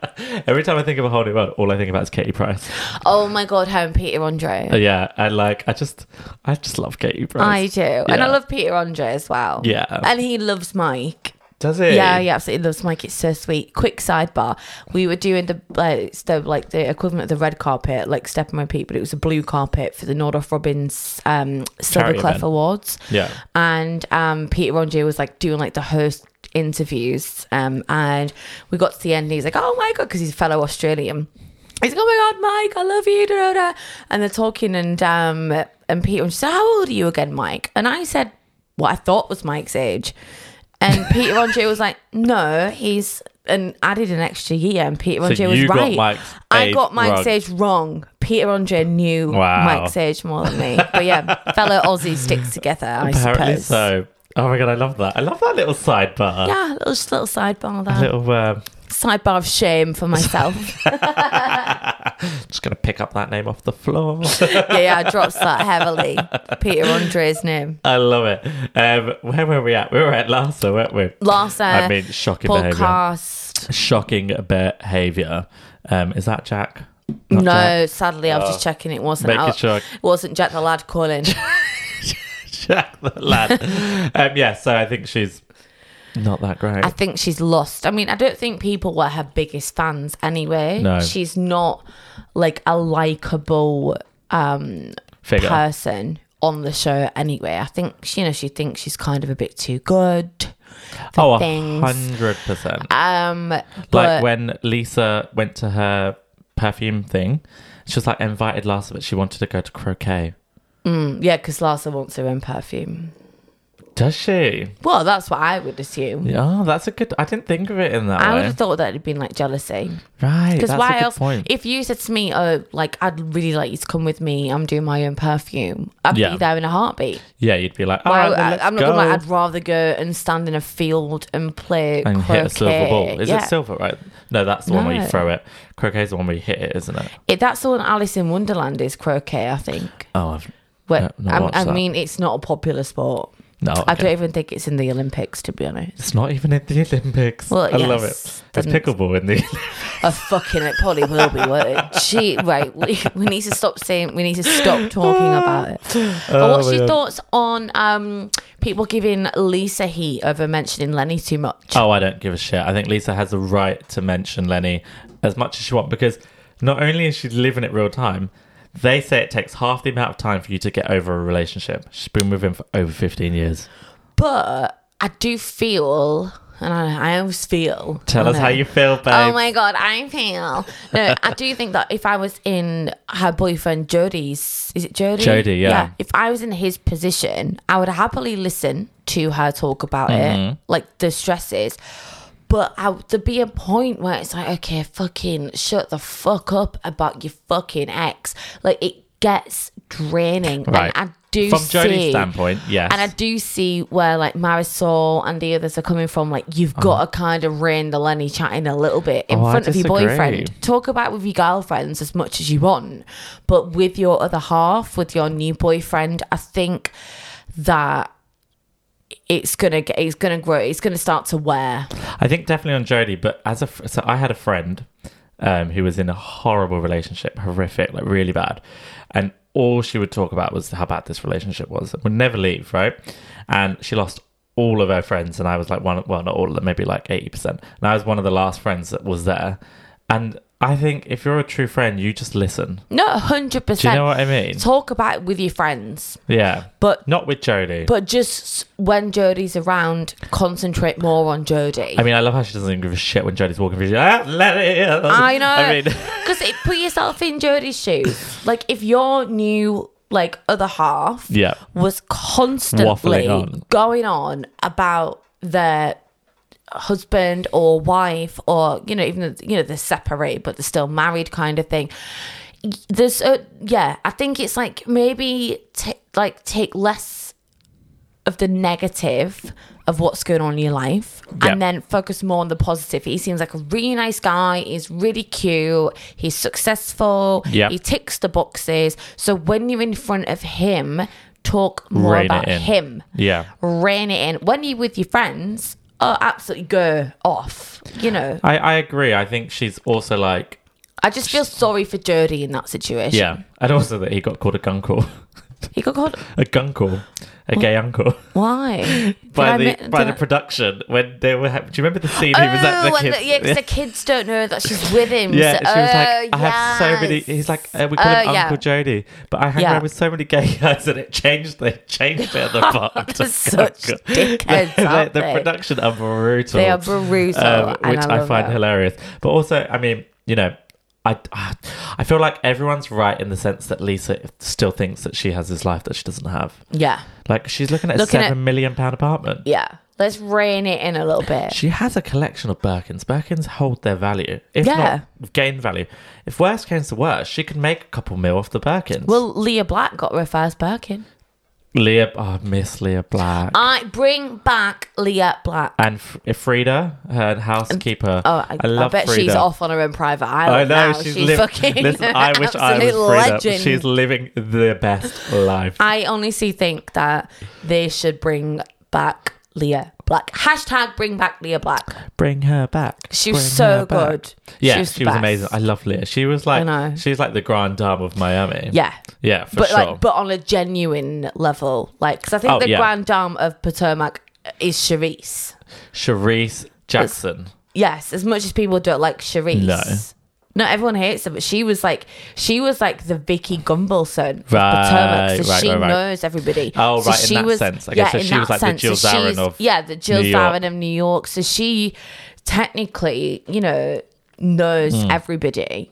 S2: every time I think of a whole new world, all I think about is Katie Price.
S1: oh my God, her and Peter Andre.
S2: But yeah, and like I just, I just love Katie Price.
S1: I do. And I
S2: Yeah.
S1: love Peter Andre as well.
S2: Yeah.
S1: And he loves Mike.
S2: Does it?
S1: Yeah, he absolutely loves Mike. It's so sweet. Quick sidebar: We were doing the uh, it's the like the equivalent of the red carpet, like Step and Pete, but it was a blue carpet for the Nordoff Robbins um, Silver
S2: Charity
S1: Clef
S2: event.
S1: Awards.
S2: Yeah.
S1: and um, Peter Andre was like doing like the host interviews, um, and we got to the end. and He's like, "Oh my god," because he's a fellow Australian. He's like, "Oh my god, Mike, I love you." Da, da, da. And they're talking, and um, and Peter Andre said, "How old are you again, Mike?" And I said, "What I thought was Mike's age." And Peter Andre was like, no, he's and added an extra year. And Peter Andre was
S2: you got
S1: right.
S2: Mike's
S1: I
S2: age
S1: got Mike's
S2: wrong.
S1: age wrong. Peter Andre knew
S2: Wow.
S1: Mike's age more than me. But yeah, fellow Aussies stick together, I
S2: Apparently
S1: suppose.
S2: so. Oh my god, I love that. I love that little sidebar.
S1: Yeah, little, just little sidebar there.
S2: Little, um,
S1: Sidebar of shame for myself.
S2: just gonna pick up that name off the floor.
S1: yeah, yeah, I dropped that heavily. Peter Andre's name.
S2: I love it. Um, where were we at? We were at Lhasa, weren't we?
S1: Last uh,
S2: I mean, shocking behavior.
S1: podcast.
S2: Shocking behavior. Um, is that Jack? Not Jack.
S1: No, sadly, I was just checking it wasn't
S2: Making
S1: out.
S2: sure.
S1: It wasn't Jack the Lad calling.
S2: Jack the lad. um, yeah, so I think she's not that great.
S1: I think she's lost. I mean, I don't think people were her biggest fans anyway.
S2: No.
S1: She's not like a likable um,
S2: Figure.
S1: person on the show anyway. I think she, you know, she thinks she's kind of a bit too good.
S2: oh, a
S1: things.
S2: hundred percent.
S1: Um,
S2: Like
S1: but
S2: when Lisa went to her perfume thing, she was like invited last of it. She wanted to go to croquet.
S1: yeah, because Larsa wants her own perfume.
S2: Does she?
S1: Well, that's what I would assume.
S2: Yeah, oh, that's a good. I didn't think of it in that
S1: I would
S2: way.
S1: have thought that it'd been like jealousy.
S2: right,
S1: Because
S2: that's a
S1: why
S2: good
S1: else?
S2: Point.
S1: If you said to me, "Oh, like I'd really like you to come with me. I'm doing my own perfume," I'd
S2: Yeah.
S1: be there in a heartbeat.
S2: yeah, you'd be like, oh,
S1: Well,
S2: then
S1: I,
S2: let's
S1: I'm not
S2: go.
S1: gonna lie, I'd rather go and stand in a field and play
S2: and
S1: croquet.
S2: hit a silver ball. Is
S1: yeah.
S2: it silver? Right? No, that's the one where you
S1: No.
S2: throw it. Croquet's the one where you hit it, isn't it?
S1: It- that's the one Alice in Wonderland is croquet, I think.
S2: Oh, I've
S1: But
S2: no,
S1: I,
S2: watch
S1: I
S2: that.
S1: mean, it's not a popular sport.
S2: no.
S1: I
S2: okay.
S1: don't even think it's in the Olympics, to be honest.
S2: It's not even in the Olympics.
S1: Well,
S2: I love it.
S1: yes,
S2: There's
S1: then-
S2: pickleball in the.
S1: A fucking it probably will be worth it. She right. We, we need to stop saying. We need to stop talking about it. But
S2: Oh,
S1: what's your thoughts on um people giving Lisa heat over mentioning Lenny too much?
S2: oh, I don't give a shit. I think Lisa has the right to mention Lenny as much as she wants because not only is she living it real time, they say it takes half the amount of time for you to get over a relationship. She's been with him for over 15 years.
S1: but I do feel and I, I always feel.
S2: Tell
S1: I
S2: us how
S1: know.
S2: you feel, babe.
S1: Oh my god, I feel. No, I do think that if I was in her boyfriend Jodie's, is it Jodie?
S2: Jodie, yeah.
S1: If I was in his position, I would happily listen to her talk about
S2: Mm-hmm.
S1: it, like the stresses. But I, there'd be a point where it's like, okay, fucking shut the fuck up about your fucking ex. Like it gets draining.
S2: Right.
S1: And I do
S2: From
S1: see,
S2: Jodie's standpoint, yes.
S1: And I do see where like Marisol and the others are coming from. Like you've got to kind of rein the Lenny chat in a little bit in
S2: Uh-huh. Oh, I
S1: front of your
S2: disagree.
S1: boyfriend. Talk about it with your girlfriends as much as you want, but with your other half, with your new boyfriend, I think that it's gonna get, it's gonna grow, it's gonna start to wear.
S2: I think definitely on Jodie, but as a fr- so I had a friend um, who was in a horrible relationship, horrific, like really bad, and all she would talk about was how bad this relationship was. Would never leave, right? And she lost all of her friends, and I was like one, well, not all of them, maybe like eighty percent, and I was one of the last friends that was there, and. I think if you're a true friend, you just listen.
S1: No, hundred
S2: Do
S1: percent.
S2: you know what I mean?
S1: Talk about it with your friends,
S2: Yeah.
S1: but
S2: Not with Jodie.
S1: but just when Jodie's around, concentrate more on Jodie.
S2: I mean, I love how she doesn't even give a shit when Jodie's walking through. She's like, ah, let it in."
S1: I know.
S2: I mean,
S1: because it put yourself in Jodie's shoes. Like if your new like other half,
S2: Yeah.
S1: was constantly
S2: Waffling on.
S1: going on about their husband or wife or you know even though, you know they're separated but they're still married kind of thing there's uh, yeah i think it's like maybe t- like take less of the negative of what's going on in your life
S2: Yeah.
S1: and then focus more on the positive he seems like a really nice guy he's really cute he's successful
S2: Yeah.
S1: he ticks the boxes so when you're in front of him talk more
S2: Rein it
S1: about
S2: in.
S1: him
S2: yeah.
S1: rein it in when you're with your friends oh absolutely go off you know
S2: I, I agree. I think she's also like,
S1: i just feel sorry for jody in that situation
S2: yeah. And also that he got called a gunkle.
S1: he got called
S2: a gunkle. A gay uncle.
S1: why
S2: By
S1: Did I
S2: the
S1: mi-
S2: by
S1: did
S2: the
S1: I-
S2: production when they were. Ha- Do you remember the scene? he was at the
S1: Oh, and
S2: kids.
S1: the, yeah, 'cause the kids don't know that she's with him.
S2: Yeah,
S1: so,
S2: she was like,
S1: oh,
S2: I have so many.
S1: yes.
S2: He's like, uh, we call
S1: Oh,
S2: him
S1: yeah.
S2: Uncle Jody, but I hang
S1: Yeah.
S2: around with so many gay guys that it changed. They changed it at the park. to
S1: There's such
S2: Gunkle.
S1: dickheads,
S2: the,
S1: aren't
S2: the
S1: they?
S2: production are brutal.
S1: They are brutal, and
S2: Um, uh, which
S1: I
S2: I,
S1: love
S2: find
S1: that.
S2: hilarious. But also, I mean, you know. I, I I feel like everyone's right in the sense that Lisa still thinks that she has this life that she doesn't have.
S1: yeah,
S2: Like she's looking at a
S1: Looking at-
S2: seven million pound apartment.
S1: yeah. Let's rein it in a little bit.
S2: She has a collection of Birkins. Birkins hold their value, if
S1: Yeah.
S2: not gain value. If worst comes to worst, she could make a couple mil off the Birkins.
S1: Well, Leah Black got her first Birkin.
S2: Leah, oh, Miss Leah Black,
S1: I bring back Leah Black.
S2: and F- Frida, her housekeeper.
S1: Oh, I, I,
S2: love
S1: bet
S2: Frida.
S1: she's off on her own private island.
S2: I know
S1: now.
S2: she's,
S1: Oh, she's,
S2: liv-
S1: fucking.
S2: Listen, I wish I was
S1: absolute
S2: Frida.
S1: legend.
S2: She's living the best life.
S1: I honestly think that they should bring back Leah Black. Hashtag bring back Leah Black.
S2: Bring her back.
S1: She was
S2: Bring
S1: so
S2: her back.
S1: good.
S2: Yeah,
S1: She was
S2: she was,
S1: the best.
S2: amazing. I love Leah. She was like,
S1: I know.
S2: she was like the grand dame of Miami.
S1: Yeah.
S2: yeah, for
S1: but
S2: sure.
S1: like, but on a genuine level, like, because I think
S2: Oh,
S1: the
S2: yeah.
S1: grand dame of Potomac is Charisse.
S2: Charisse Jackson.
S1: Yes, as much as people don't like Charisse.
S2: No.
S1: Not everyone hates her, but she was like she was like the Vicky Gumbelson of
S2: Right,
S1: Potomac, so
S2: right,
S1: she
S2: right, right.
S1: knows everybody.
S2: Oh,
S1: so
S2: right, in that sense. I guess so
S1: in
S2: she was
S1: that
S2: like the Jill
S1: So
S2: Zarin
S1: she's-
S2: of
S1: yeah, the Jill
S2: New York.
S1: Zarin of New York. So she technically, you know, knows
S2: Hmm.
S1: everybody,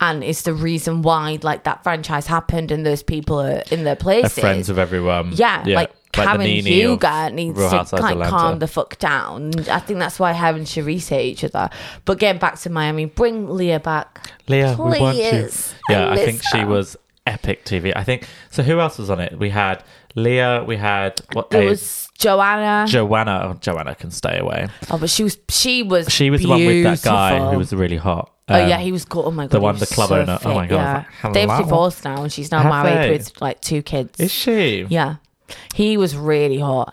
S1: and it's the reason why like that franchise happened and those people are in their
S2: They're
S1: places.
S2: friends of everyone.
S1: Yeah, like,
S2: the
S1: Karen
S2: Nene of
S1: Huger needs
S2: Real
S1: to
S2: Housewives of
S1: like
S2: Atlanta.
S1: calm the fuck down. I think that's why her and Sharice hate each other. But getting back to Miami, bring Leah back.
S2: Leah, we want you.
S1: Please,
S2: Yeah, I,
S1: miss
S2: think she
S1: her.
S2: was epic TV. I think so. Who else was on it? We had Leah. We had what?
S1: There
S2: eh,
S1: was Joanna.
S2: Joanna. Oh, Joanna can stay away.
S1: oh, but she was she was
S2: She was the one with that guy who
S1: beautiful.
S2: was really hot.
S1: oh
S2: Um,
S1: yeah, he was cool. Oh my god,
S2: one,
S1: he
S2: the
S1: was
S2: club
S1: so
S2: owner. Oh my
S1: fit,
S2: God, I
S1: yeah.
S2: was like,
S1: they've
S2: hello.
S1: divorced now, and she's now
S2: Have
S1: married
S2: they?
S1: with like two kids.
S2: Is she? Yeah.
S1: yeah, he was really hot.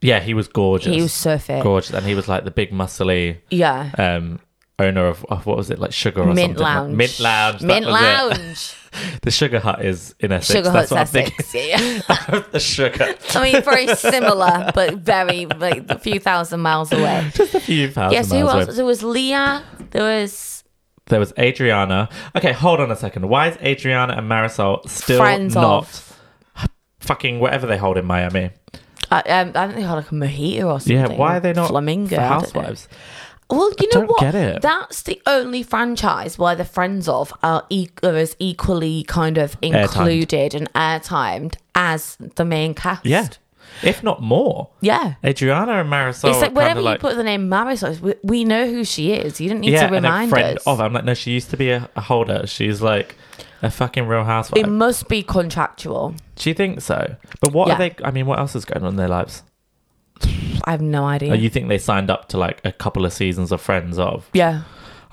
S2: he was gorgeous.
S1: He was so fit.
S2: gorgeous, and he was like the big muscly
S1: Yeah,
S2: um, owner of, of what was it like sugar or
S1: Mint
S2: something? like-
S1: Lounge.
S2: Mint Lounge. that
S1: Mint
S2: was it.
S1: Lounge.
S2: The Sugar Hut is in Essex.
S1: Sugar
S2: That's
S1: Hut's
S2: what I'm
S1: Essex. Yeah.
S2: thinking. the Sugar.
S1: I mean, very similar, but very like a few thousand miles away.
S2: Just a few thousand
S1: Yes, who
S2: miles away.
S1: else? There was Leah. There was
S2: There was Adriana. Okay, hold on a second. Why is Adriana and Marisol still
S1: Friends
S2: not
S1: of.
S2: fucking whatever they hold in Miami?
S1: I, um, I think they call it like a mojito or something.
S2: Yeah, why are they not
S1: flamingo
S2: for
S1: I don't know.
S2: housewives?
S1: Well, you know
S2: don't
S1: what?
S2: get it.
S1: That's the only franchise where the friends of are, e- are as equally kind of included and airtimed as the main cast.
S2: Yeah, if not more.
S1: Yeah.
S2: Adriana and Marisol.
S1: it's
S2: are
S1: like
S2: kinda
S1: whenever
S2: like-
S1: you put the name Marisol, we, we know who she is. You didn't need to
S2: and a
S1: remind
S2: friend
S1: us.
S2: of. I'm like, no, she used to be a, a holder. She's like a fucking real housewife.
S1: It must be contractual.
S2: Do you think so? But what are
S1: Yeah.
S2: they? I mean, what else is going on in their lives?
S1: I have no idea.
S2: Or You think they signed up to like a couple of seasons of Friends of?
S1: yeah.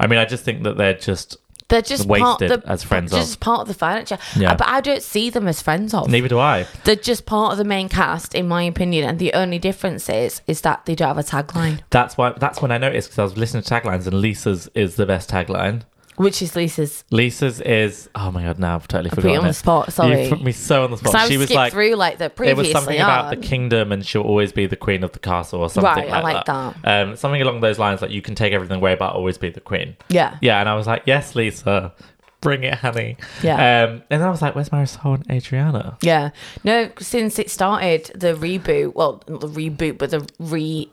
S2: I mean, I just think that they're just.
S1: They're just part
S2: Wasted
S1: of the,
S2: as friends
S1: just
S2: of.
S1: part of the furniture.
S2: Yeah.
S1: Uh, But I don't see them as friends of.
S2: Neither do I.
S1: They're just part of the main cast, in my opinion. And the only difference is is that they don't have a tagline,
S2: That's why. That's when I noticed because I was listening to taglines and Lisa's is the best tagline.
S1: which is Lisa's.
S2: Lisa's is. Oh my god! Now I've totally
S1: put you
S2: forgotten
S1: on the
S2: it.
S1: spot, sorry.
S2: you put me so on the
S1: Because I
S2: spot. She
S1: would
S2: was
S1: skip
S2: like
S1: through like the
S2: It
S1: previously.
S2: was something about the kingdom and she'll always be the queen of the castle or something
S1: Right,
S2: like,
S1: I like
S2: that. Um, something along those lines, like you can take everything away, but always be the queen.
S1: Yeah.
S2: Yeah, and I was like, yes, Lisa, bring it, honey.
S1: Yeah.
S2: Um, and then I was like, where's Marisol and Adriana?
S1: Yeah. No, since it started, the reboot, well, not the reboot, but the re.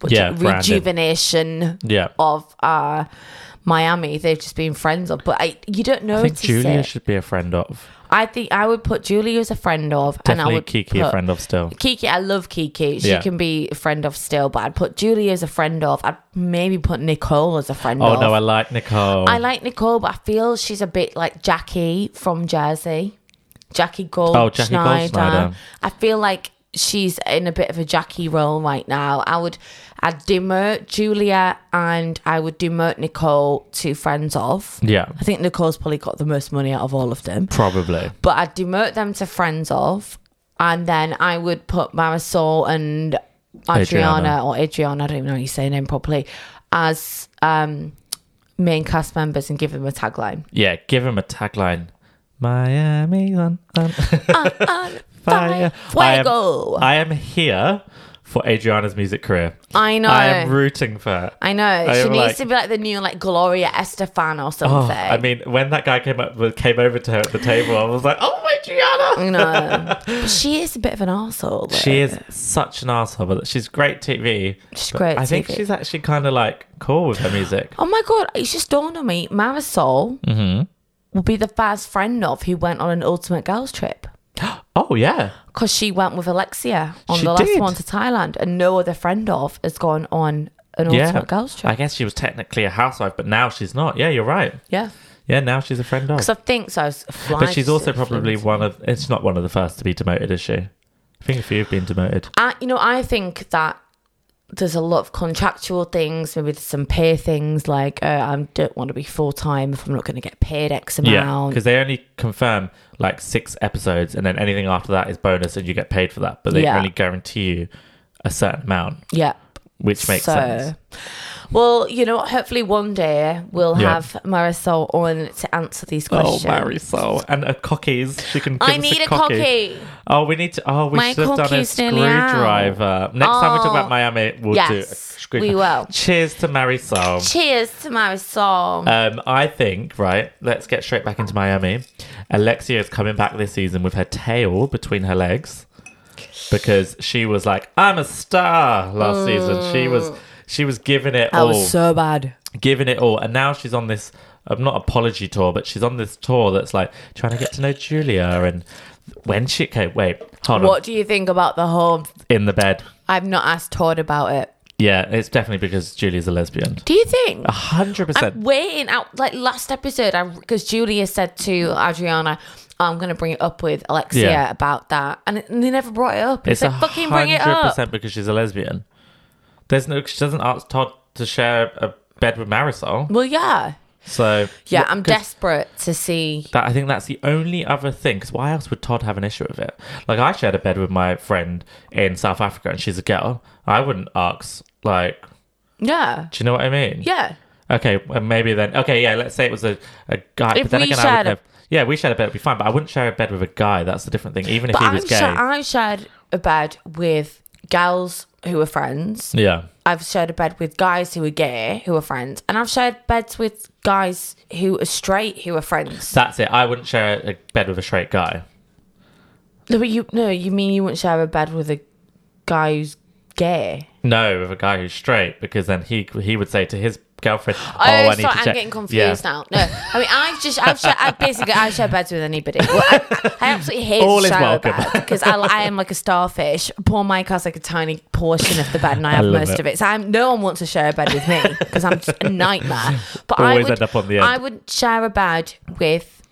S1: what-
S2: Yeah, branding.
S1: rejuvenation
S2: Yeah.
S1: of uh, Miami. They've just been friends of, but I, you don't know.
S2: I think Julia
S1: it.
S2: should be a friend of.
S1: I think I would put Julie as a friend of, and I
S2: Definitely
S1: would
S2: Kiki
S1: put-
S2: a friend of still.
S1: Kiki, I love Kiki. She
S2: Yeah.
S1: can be a friend of still, but I'd put Julie as a friend of. I'd maybe put Nicole as a friend
S2: Oh
S1: of.
S2: no, I like Nicole.
S1: I like Nicole, but I feel she's a bit like Jackie from Jersey. Jackie Gold
S2: Oh, Jackie
S1: Schneider.
S2: Goldschneider.
S1: I feel like she's in a bit of a Jackie role right now. I would I'd demote Julia and I would demote Nicole to friends of.
S2: Yeah.
S1: I think Nicole's probably got the most money out of all of them
S2: Probably.
S1: but I'd demote them to friends of, and then I would put Marisol and Adriana
S2: Adriana.
S1: or Adriana, I don't even know how you say her name properly, as um, main cast members and give them a tagline.
S2: Yeah, give him a tagline. Miami on, on fire.
S1: Fuego.
S2: I am, I am here for Adriana's music career.
S1: I know.
S2: I am rooting for her.
S1: I know.
S2: I
S1: she
S2: am
S1: needs
S2: like-
S1: to be like the new like Gloria Estefan or something.
S2: Oh, I mean, when that guy came up came over to her at the table, I was like, "Oh my Adriana!"
S1: you know, But she is a bit of an arsehole. though.
S2: She is such an asshole, but she's great TV.
S1: She's
S2: But
S1: great
S2: I think
S1: TV.
S2: she's actually kind of like cool with her music.
S1: Oh my god! It's just dawned on me. Marisol
S2: Mm-hmm.
S1: will be the first friend of who went on an ultimate girls trip.
S2: Oh yeah,
S1: because she went with Alexia on
S2: She
S1: the last
S2: did.
S1: one to Thailand, and no other friend of has gone on an
S2: yeah.
S1: ultimate girls trip.
S2: I guess she was technically a housewife, but now she's not. Yeah, you're right.
S1: yeah,
S2: Yeah, now she's a friend of.
S1: because I think so. I was flying
S2: Oh. But she's
S1: to
S2: also
S1: Sydney.
S2: probably one of. It's not one of the first to be demoted, is she? I think a few have been demoted.
S1: I, you know, I think that there's a lot of contractual things. Maybe there's some pay things like uh, I don't want to be full time if I'm not going to get paid X
S2: Yeah,
S1: amount.
S2: because they only confirm like six episodes, and then anything after that is bonus, and you get paid for that. But they
S1: Yeah.
S2: only guarantee you a certain amount,
S1: yeah.
S2: which makes
S1: So-
S2: sense.
S1: Well, you know, what, hopefully one day we'll
S2: Yeah.
S1: have Marisol on to answer these
S2: Oh,
S1: questions.
S2: Marisol and a cockies. She can.
S1: I
S2: give us
S1: need a cockie.
S2: Oh, we need to. Oh, we
S1: My
S2: should have done a
S1: cockie's nearly out.
S2: screwdriver. Next time we talk
S1: Oh.
S2: about Miami, we'll do a
S1: Yes, we
S2: screwdriver.
S1: will.
S2: Cheers to Marisol.
S1: Cheers to Marisol.
S2: Um, I think, right, let's get straight back into Miami. Alexia is coming back this season with her tail between her legs because she was like, I'm a star last season. She was she was giving it
S1: that
S2: all.
S1: was so bad.
S2: giving it all. And now she's on this um, not apology tour, but she's on this tour that's like trying to get to know Julia and when she okay, wait, hold
S1: What
S2: on.
S1: do you think about the whole?
S2: In the bed.
S1: I've not asked Todd about it.
S2: Yeah, it's definitely because Julia's a lesbian.
S1: Do you think?
S2: hundred
S1: I'm
S2: percent.
S1: waiting out like last episode. I because Julia said to Adriana, "I'm going to bring it up with Alexia
S2: Yeah.
S1: about that," and, and they never brought it up. It's,
S2: It's a
S1: like fucking bring it up.
S2: because she's a lesbian. There's no, she doesn't ask Todd to share a bed with Marisol.
S1: Well, yeah,
S2: So
S1: yeah.
S2: Wh-
S1: I'm
S2: 'cause
S1: desperate to see.
S2: That, I think that's the only other thing. Because why else would Todd have an issue with it? Like I shared a bed with my friend in South Africa, and she's a girl. I wouldn't ask. Like,
S1: Yeah,
S2: do you know what I mean?
S1: yeah.
S2: Okay, well, maybe then. Okay, yeah. Let's say it was a, a guy.
S1: If
S2: but then
S1: we
S2: again, I
S1: shared
S2: would
S1: a-
S2: have. Yeah, we shared a bed. It'd be fine. But I wouldn't share a bed with a guy. That's the different thing. Even if
S1: But
S2: he was
S1: I've,
S2: gay.
S1: sha- I've shared a bed with gals who are friends.
S2: yeah.
S1: I've shared a bed with guys who are gay who are friends, and I've shared beds with guys who are straight who are friends.
S2: That's it. I wouldn't share a bed with a straight guy.
S1: No, but you no, you mean you wouldn't share a bed with a guy who's gay.
S2: No, with a guy who's straight, because then he he would say to his girlfriend, "Oh,
S1: I
S2: I
S1: always
S2: need
S1: thought
S2: to
S1: I'm
S2: check."
S1: getting confused
S2: Yeah.
S1: now. No, I mean I've just I've share, I basically I share beds with anybody. Well, I, I absolutely hate
S2: All
S1: to
S2: is
S1: share
S2: welcome.
S1: a bed because I, I am like a starfish. Poor Mike has like a tiny portion of the bed, and I have
S2: love
S1: most
S2: it.
S1: of it. So I'm no one wants to share a bed with me because I'm just a nightmare. But I
S2: Always
S1: would
S2: end up on the end.
S1: I would share a bed with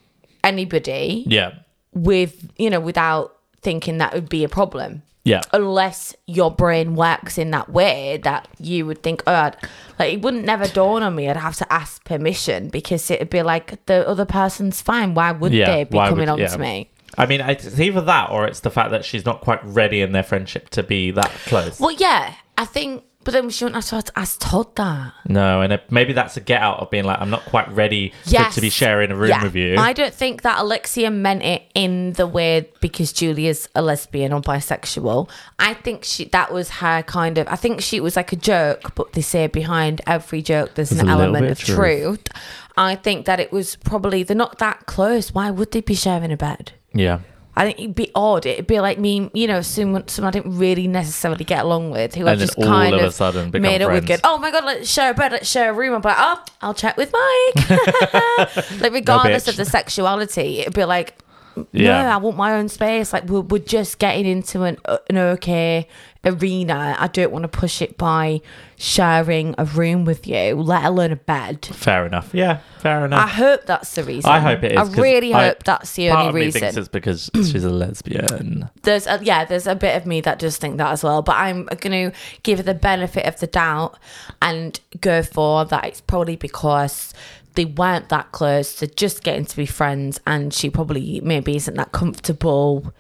S1: anybody
S2: Yeah,
S1: with you know without thinking that would be a problem
S2: yeah.
S1: unless your brain works in that way that you would think, oh, I'd, like it wouldn't never dawn on me. I'd have to ask permission because it'd be like the other person's fine. Why would
S2: Yeah,
S1: they be
S2: why
S1: coming
S2: would-
S1: on
S2: yeah.
S1: to me?
S2: I mean, I- it's either that or it's the fact that she's not quite ready in their friendship to be that close.
S1: Well, yeah, I think, but then we shouldn't have to ask Todd that.
S2: No, and it, maybe that's a get out of being like, I'm not quite ready to-
S1: Yes.
S2: to, be sharing a room
S1: Yeah.
S2: with you.
S1: I don't think that Alexia meant it in the way because Julia's a lesbian or bisexual. I think she that was her kind of. I think she was like a joke, but they say behind every joke there's,
S6: There's
S1: an
S6: a little
S1: element
S6: bit
S1: of
S6: of
S1: truth. I think that it was probably they're not that close. Why would they be sharing a bed?
S2: yeah.
S1: I think it'd be odd. It'd be like me, you know, someone, someone I didn't really necessarily get along with, who I
S2: And then
S1: just
S2: all
S1: kind
S2: of
S1: of,
S2: a sudden become
S1: made up with.
S2: friends.
S1: Good. Oh my god, let's share a bed, let's share a room. I'm like, oh, I'll chat with Mike. like, regardless
S2: bitch.
S1: of the sexuality, it'd be like, no, I
S2: Yeah.
S1: want my own space. Like, we're, we're just getting into an uh, an okay arena. I don't want to push it by sharing a room with you, let alone a bed.
S2: fair enough. Yeah, fair
S1: I
S2: enough.
S1: hope that's the reason.
S2: I hope it is.
S1: I
S2: 'cause
S1: really
S2: I-
S1: hope that's the
S2: part
S1: only
S2: of me
S1: reason.
S2: thinks it's because she's a lesbian.
S1: there's a, yeah, there's a bit of me that does think that as well. But I'm going to give it the benefit of the doubt and go for that. It's probably because they weren't that close. They're just getting to be friends, and she probably maybe isn't that comfortable,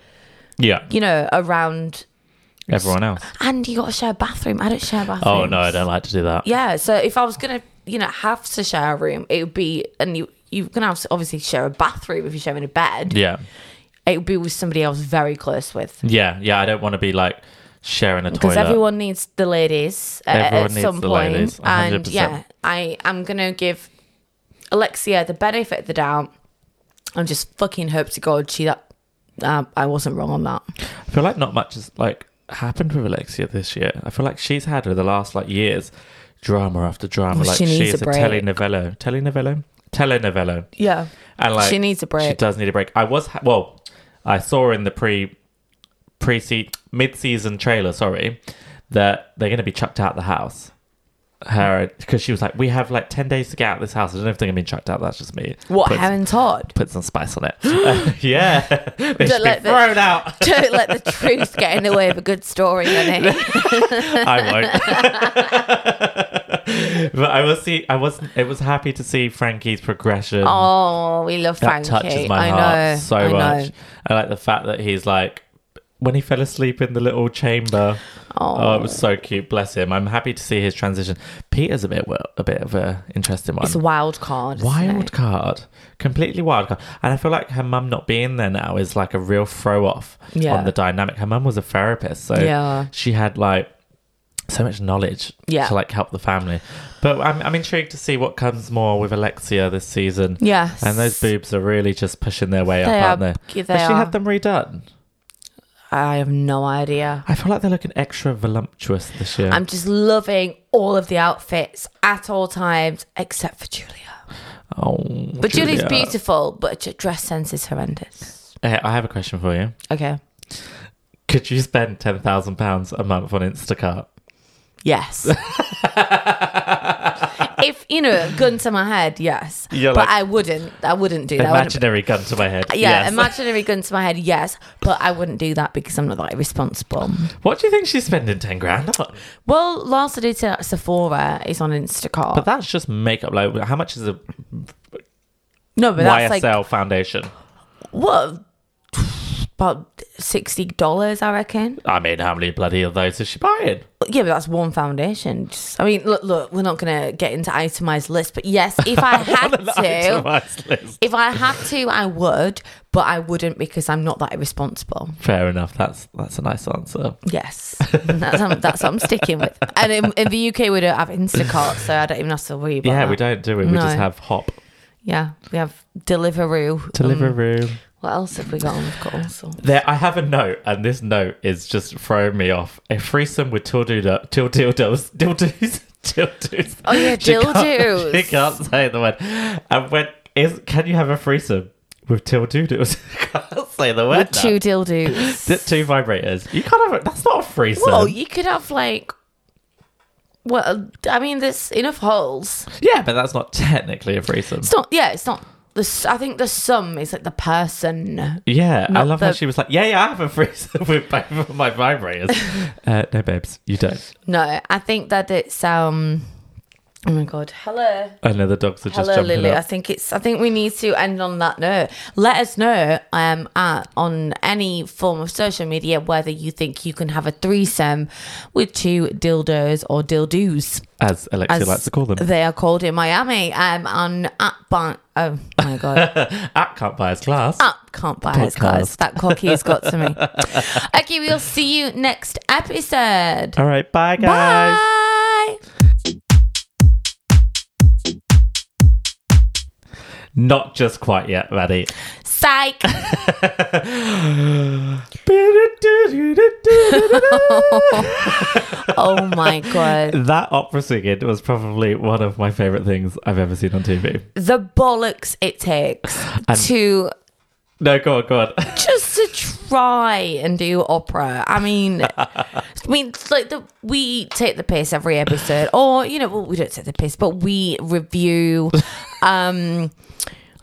S2: Yeah,
S1: you know, around.
S2: everyone else.
S1: And you got to share a bathroom. I don't share bathrooms.
S2: Oh no, I don't like to do that.
S1: Yeah, so if I was gonna, you know, have to share a room, it would be, and you you're gonna have to obviously share a bathroom if you're sharing a bed.
S2: yeah,
S1: It would be with somebody else very close with.
S2: yeah, yeah. I don't want to be like sharing a toilet.
S1: because everyone needs the ladies uh,
S2: Everyone
S1: at
S2: needs
S1: some
S2: the
S1: point.
S2: ladies,
S1: and
S2: 100%.
S1: yeah i i'm gonna give alexia the benefit of the doubt and just fucking hope to god she that uh, i wasn't wrong on that
S2: I feel like not much has like happened with Alexia this year. I feel like she's had over the last like years drama after drama.
S1: Well,
S2: like
S1: she needs
S2: she's
S1: a
S2: a,
S1: break.
S2: telenovello, telenovello, telenovello,
S1: yeah
S2: and like
S1: She needs a break.
S2: She does need a break. I was ha- well, I saw in the pre pre mid season trailer, sorry, that they're going to be chucked out the house. Her because she was like, we have like ten days to get out of this house. I don't know if they're going to be chucked out. That's just me.
S1: what
S2: Put-
S1: Heron todd
S2: Put some spice on it. yeah, they should
S1: let
S2: be
S1: the-
S2: thrown out.
S1: don't let the truth get in the way of a good story honey.
S2: I won't. but I was see. I was. It was happy to see Frankie's progression.
S1: oh we love
S2: that
S1: frankie
S2: touches my
S1: i know
S2: heart so
S1: I know.
S2: much. I like the fact that he's like when he fell asleep in the little chamber. Oh, it was so cute. Bless him. I'm happy to see his transition. Peter's a bit a bit of a interesting one.
S1: it's a wild card isn't it?
S2: Wild card, completely wild card, and I feel like her mum not being there now is like a real throw off
S1: Yeah.
S2: on the dynamic. Her mum was a therapist, so
S1: Yeah.
S2: she had like so much knowledge
S1: Yeah.
S2: to like help the family. But I'm, I'm intrigued to see what comes more with Alexia this season.
S1: Yes.
S2: and those boobs are really just pushing their way
S1: They
S2: up, aren't
S1: are-
S2: they?
S1: they
S2: Has she
S1: are.
S2: had them redone?
S1: i have no idea
S2: I feel like they're looking extra voluptuous this year.
S1: i'm just loving all of the outfits at all times except for julia
S2: oh,
S1: But Julie's
S2: Julia.
S1: beautiful, but her dress sense is horrendous.
S2: Hey, I have a question for you.
S1: Okay.
S2: Could you spend ten thousand pounds a month on Instacart?
S1: Yes. if you know, gun to my head, yes.
S2: You're
S1: but
S2: like-
S1: I wouldn't. I wouldn't do that. I wouldn't-
S2: imaginary gun to my head.
S1: yeah,
S2: yes.
S1: imaginary gun to my head, yes. But I wouldn't do that because I'm not that irresponsible.
S2: What do you think she's spending ten grand on?
S1: Well, last I did say that Sephora is on Instacart.
S2: But that's just makeup. Like, how much is a
S1: no, but that's
S2: YSL
S1: like
S2: foundation?
S1: what about sixty dollars, I reckon.
S2: I mean, how many bloody of those is she buying?
S1: Yeah, but that's one foundation. Just- I mean, look, look, we're not gonna get into itemized lists, but yes, if I had to,
S2: Itemized list.
S1: If I had to, I would, but I wouldn't because I'm not that irresponsible.
S2: Fair enough. That's that's a nice answer.
S1: Yes, that's um, that's what I'm sticking with. And in, in the UK, we don't have Instacart, so I don't even have to worry about.
S2: Yeah,
S1: that.
S2: we don't do it. We
S1: No.
S2: just have hop
S1: Yeah, we have Deliveroo. Um,
S2: Deliveroo.
S1: What else have we got on the call? So,
S2: There, I have a note, and this note is just throwing me off. A threesome with till dildos, till dildos, dildos, dildos.
S1: Oh, yeah,
S2: She can't-
S1: dildos.
S2: She can't say the word. And when is can you have a threesome with till dildos? can't say the word. now.
S1: two dildos.
S2: Th- two vibrators. You can't have. A, that's not a threesome.
S1: Well, you could have like. Well, I mean, there's enough holes.
S2: yeah, but that's not technically a threesome.
S1: It's not. Yeah, it's not. The s- I think the sum is like the person.
S2: Yeah, I
S1: Not
S2: love how
S1: the-
S2: she was like, "Yeah, yeah, I have a threesome with both of my vibrators." uh, no, babes, you don't.
S1: No, I think that it's um. Oh my god! Hello.
S2: I know the dogs are just
S1: Hello,
S2: jumping
S1: Lily. I
S2: up.
S1: think it's. I think we need to end on that note. Let us know um, at, on any form of social media whether you think you can have a threesome with two dildos or dildos,
S2: As Alexia likes to call them.
S1: They are called in Miami. Um, on at bar- Oh my god!
S2: At Can't Buy Us Class.
S1: up can't buy his cars.
S2: Podcast.
S1: That cocky has got to me. okay, we'll see you next episode.
S2: All right, bye, guys.
S1: Bye.
S2: Not just quite yet, Maddie.
S1: Psych. oh my god.
S2: that opera singing was probably one of my favorite things I've ever seen on TV.
S1: the bollocks it takes to
S2: No, go on, go on.
S1: just to try and do opera. I mean, I mean, it's like the, we take the piss every episode, or you know, well, we don't take the piss, but we review. um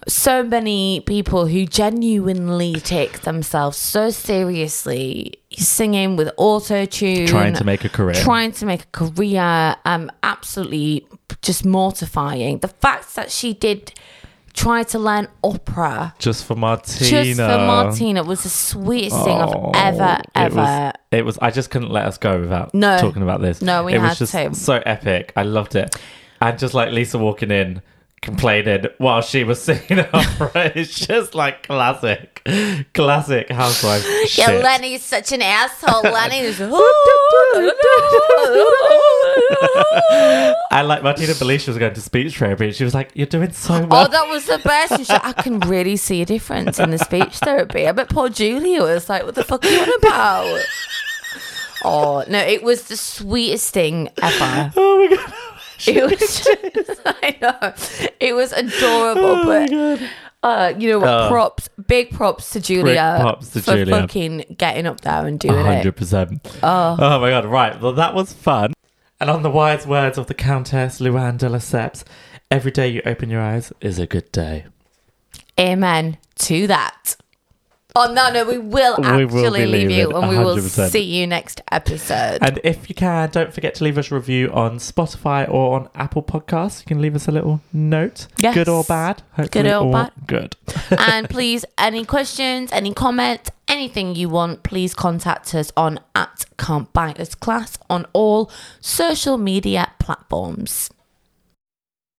S1: so many people who genuinely take themselves so seriously singing with auto tune
S2: Trying to make a career.
S1: trying to make a career um absolutely just mortifying the fact that she did try to learn opera
S2: Just for Martina. Oh,
S1: just for martina was the sweetest thing i've ever
S2: It
S1: ever
S2: was, it was. I just couldn't let us go without
S1: No.
S2: talking about this.
S1: No, we
S2: it
S1: had
S2: was just
S1: to.
S2: so epic. I loved it. And just like Lisa walking in, complaining while she was singing opera. it's just like classic, classic housewife
S1: yeah,
S2: shit.
S1: Lenny's such an asshole. Lenny is. oh,
S2: I like Martina believed she was going to speech therapy. and She was like, "You're doing so well."
S1: Oh, that was the best. And she's like, I can really see a difference in the speech therapy. I bet poor Julia was like, "What the fuck are you on about?" Oh no, it was the sweetest thing ever.
S2: oh my god!
S1: It was just, I know. It was adorable, but uh, you know what?
S2: Oh.
S1: props, big props to Julia
S2: props to
S1: for
S2: Julia.
S1: fucking getting up there and doing
S2: hundred
S1: it.
S2: percent. Oh. my god! Right. Well, that was fun. And on the wise words of the Countess Luanne de Lesseps, every day you open your eyes is a good day.
S1: Amen to that. Oh no, no, we will
S2: We
S1: actually
S2: will be
S1: leave you,
S2: leaving,
S1: and we will
S2: 100%.
S1: see you next episode.
S2: And if you can, don't forget to leave us a review on Spotify or on Apple Podcasts. You can leave us a little note,
S1: Yes.
S2: good or bad. Hopefully
S1: or bad.
S2: Good.
S1: and please, any questions, any comments, anything you want, please contact us on at Can't Bite Us Class on all social media platforms.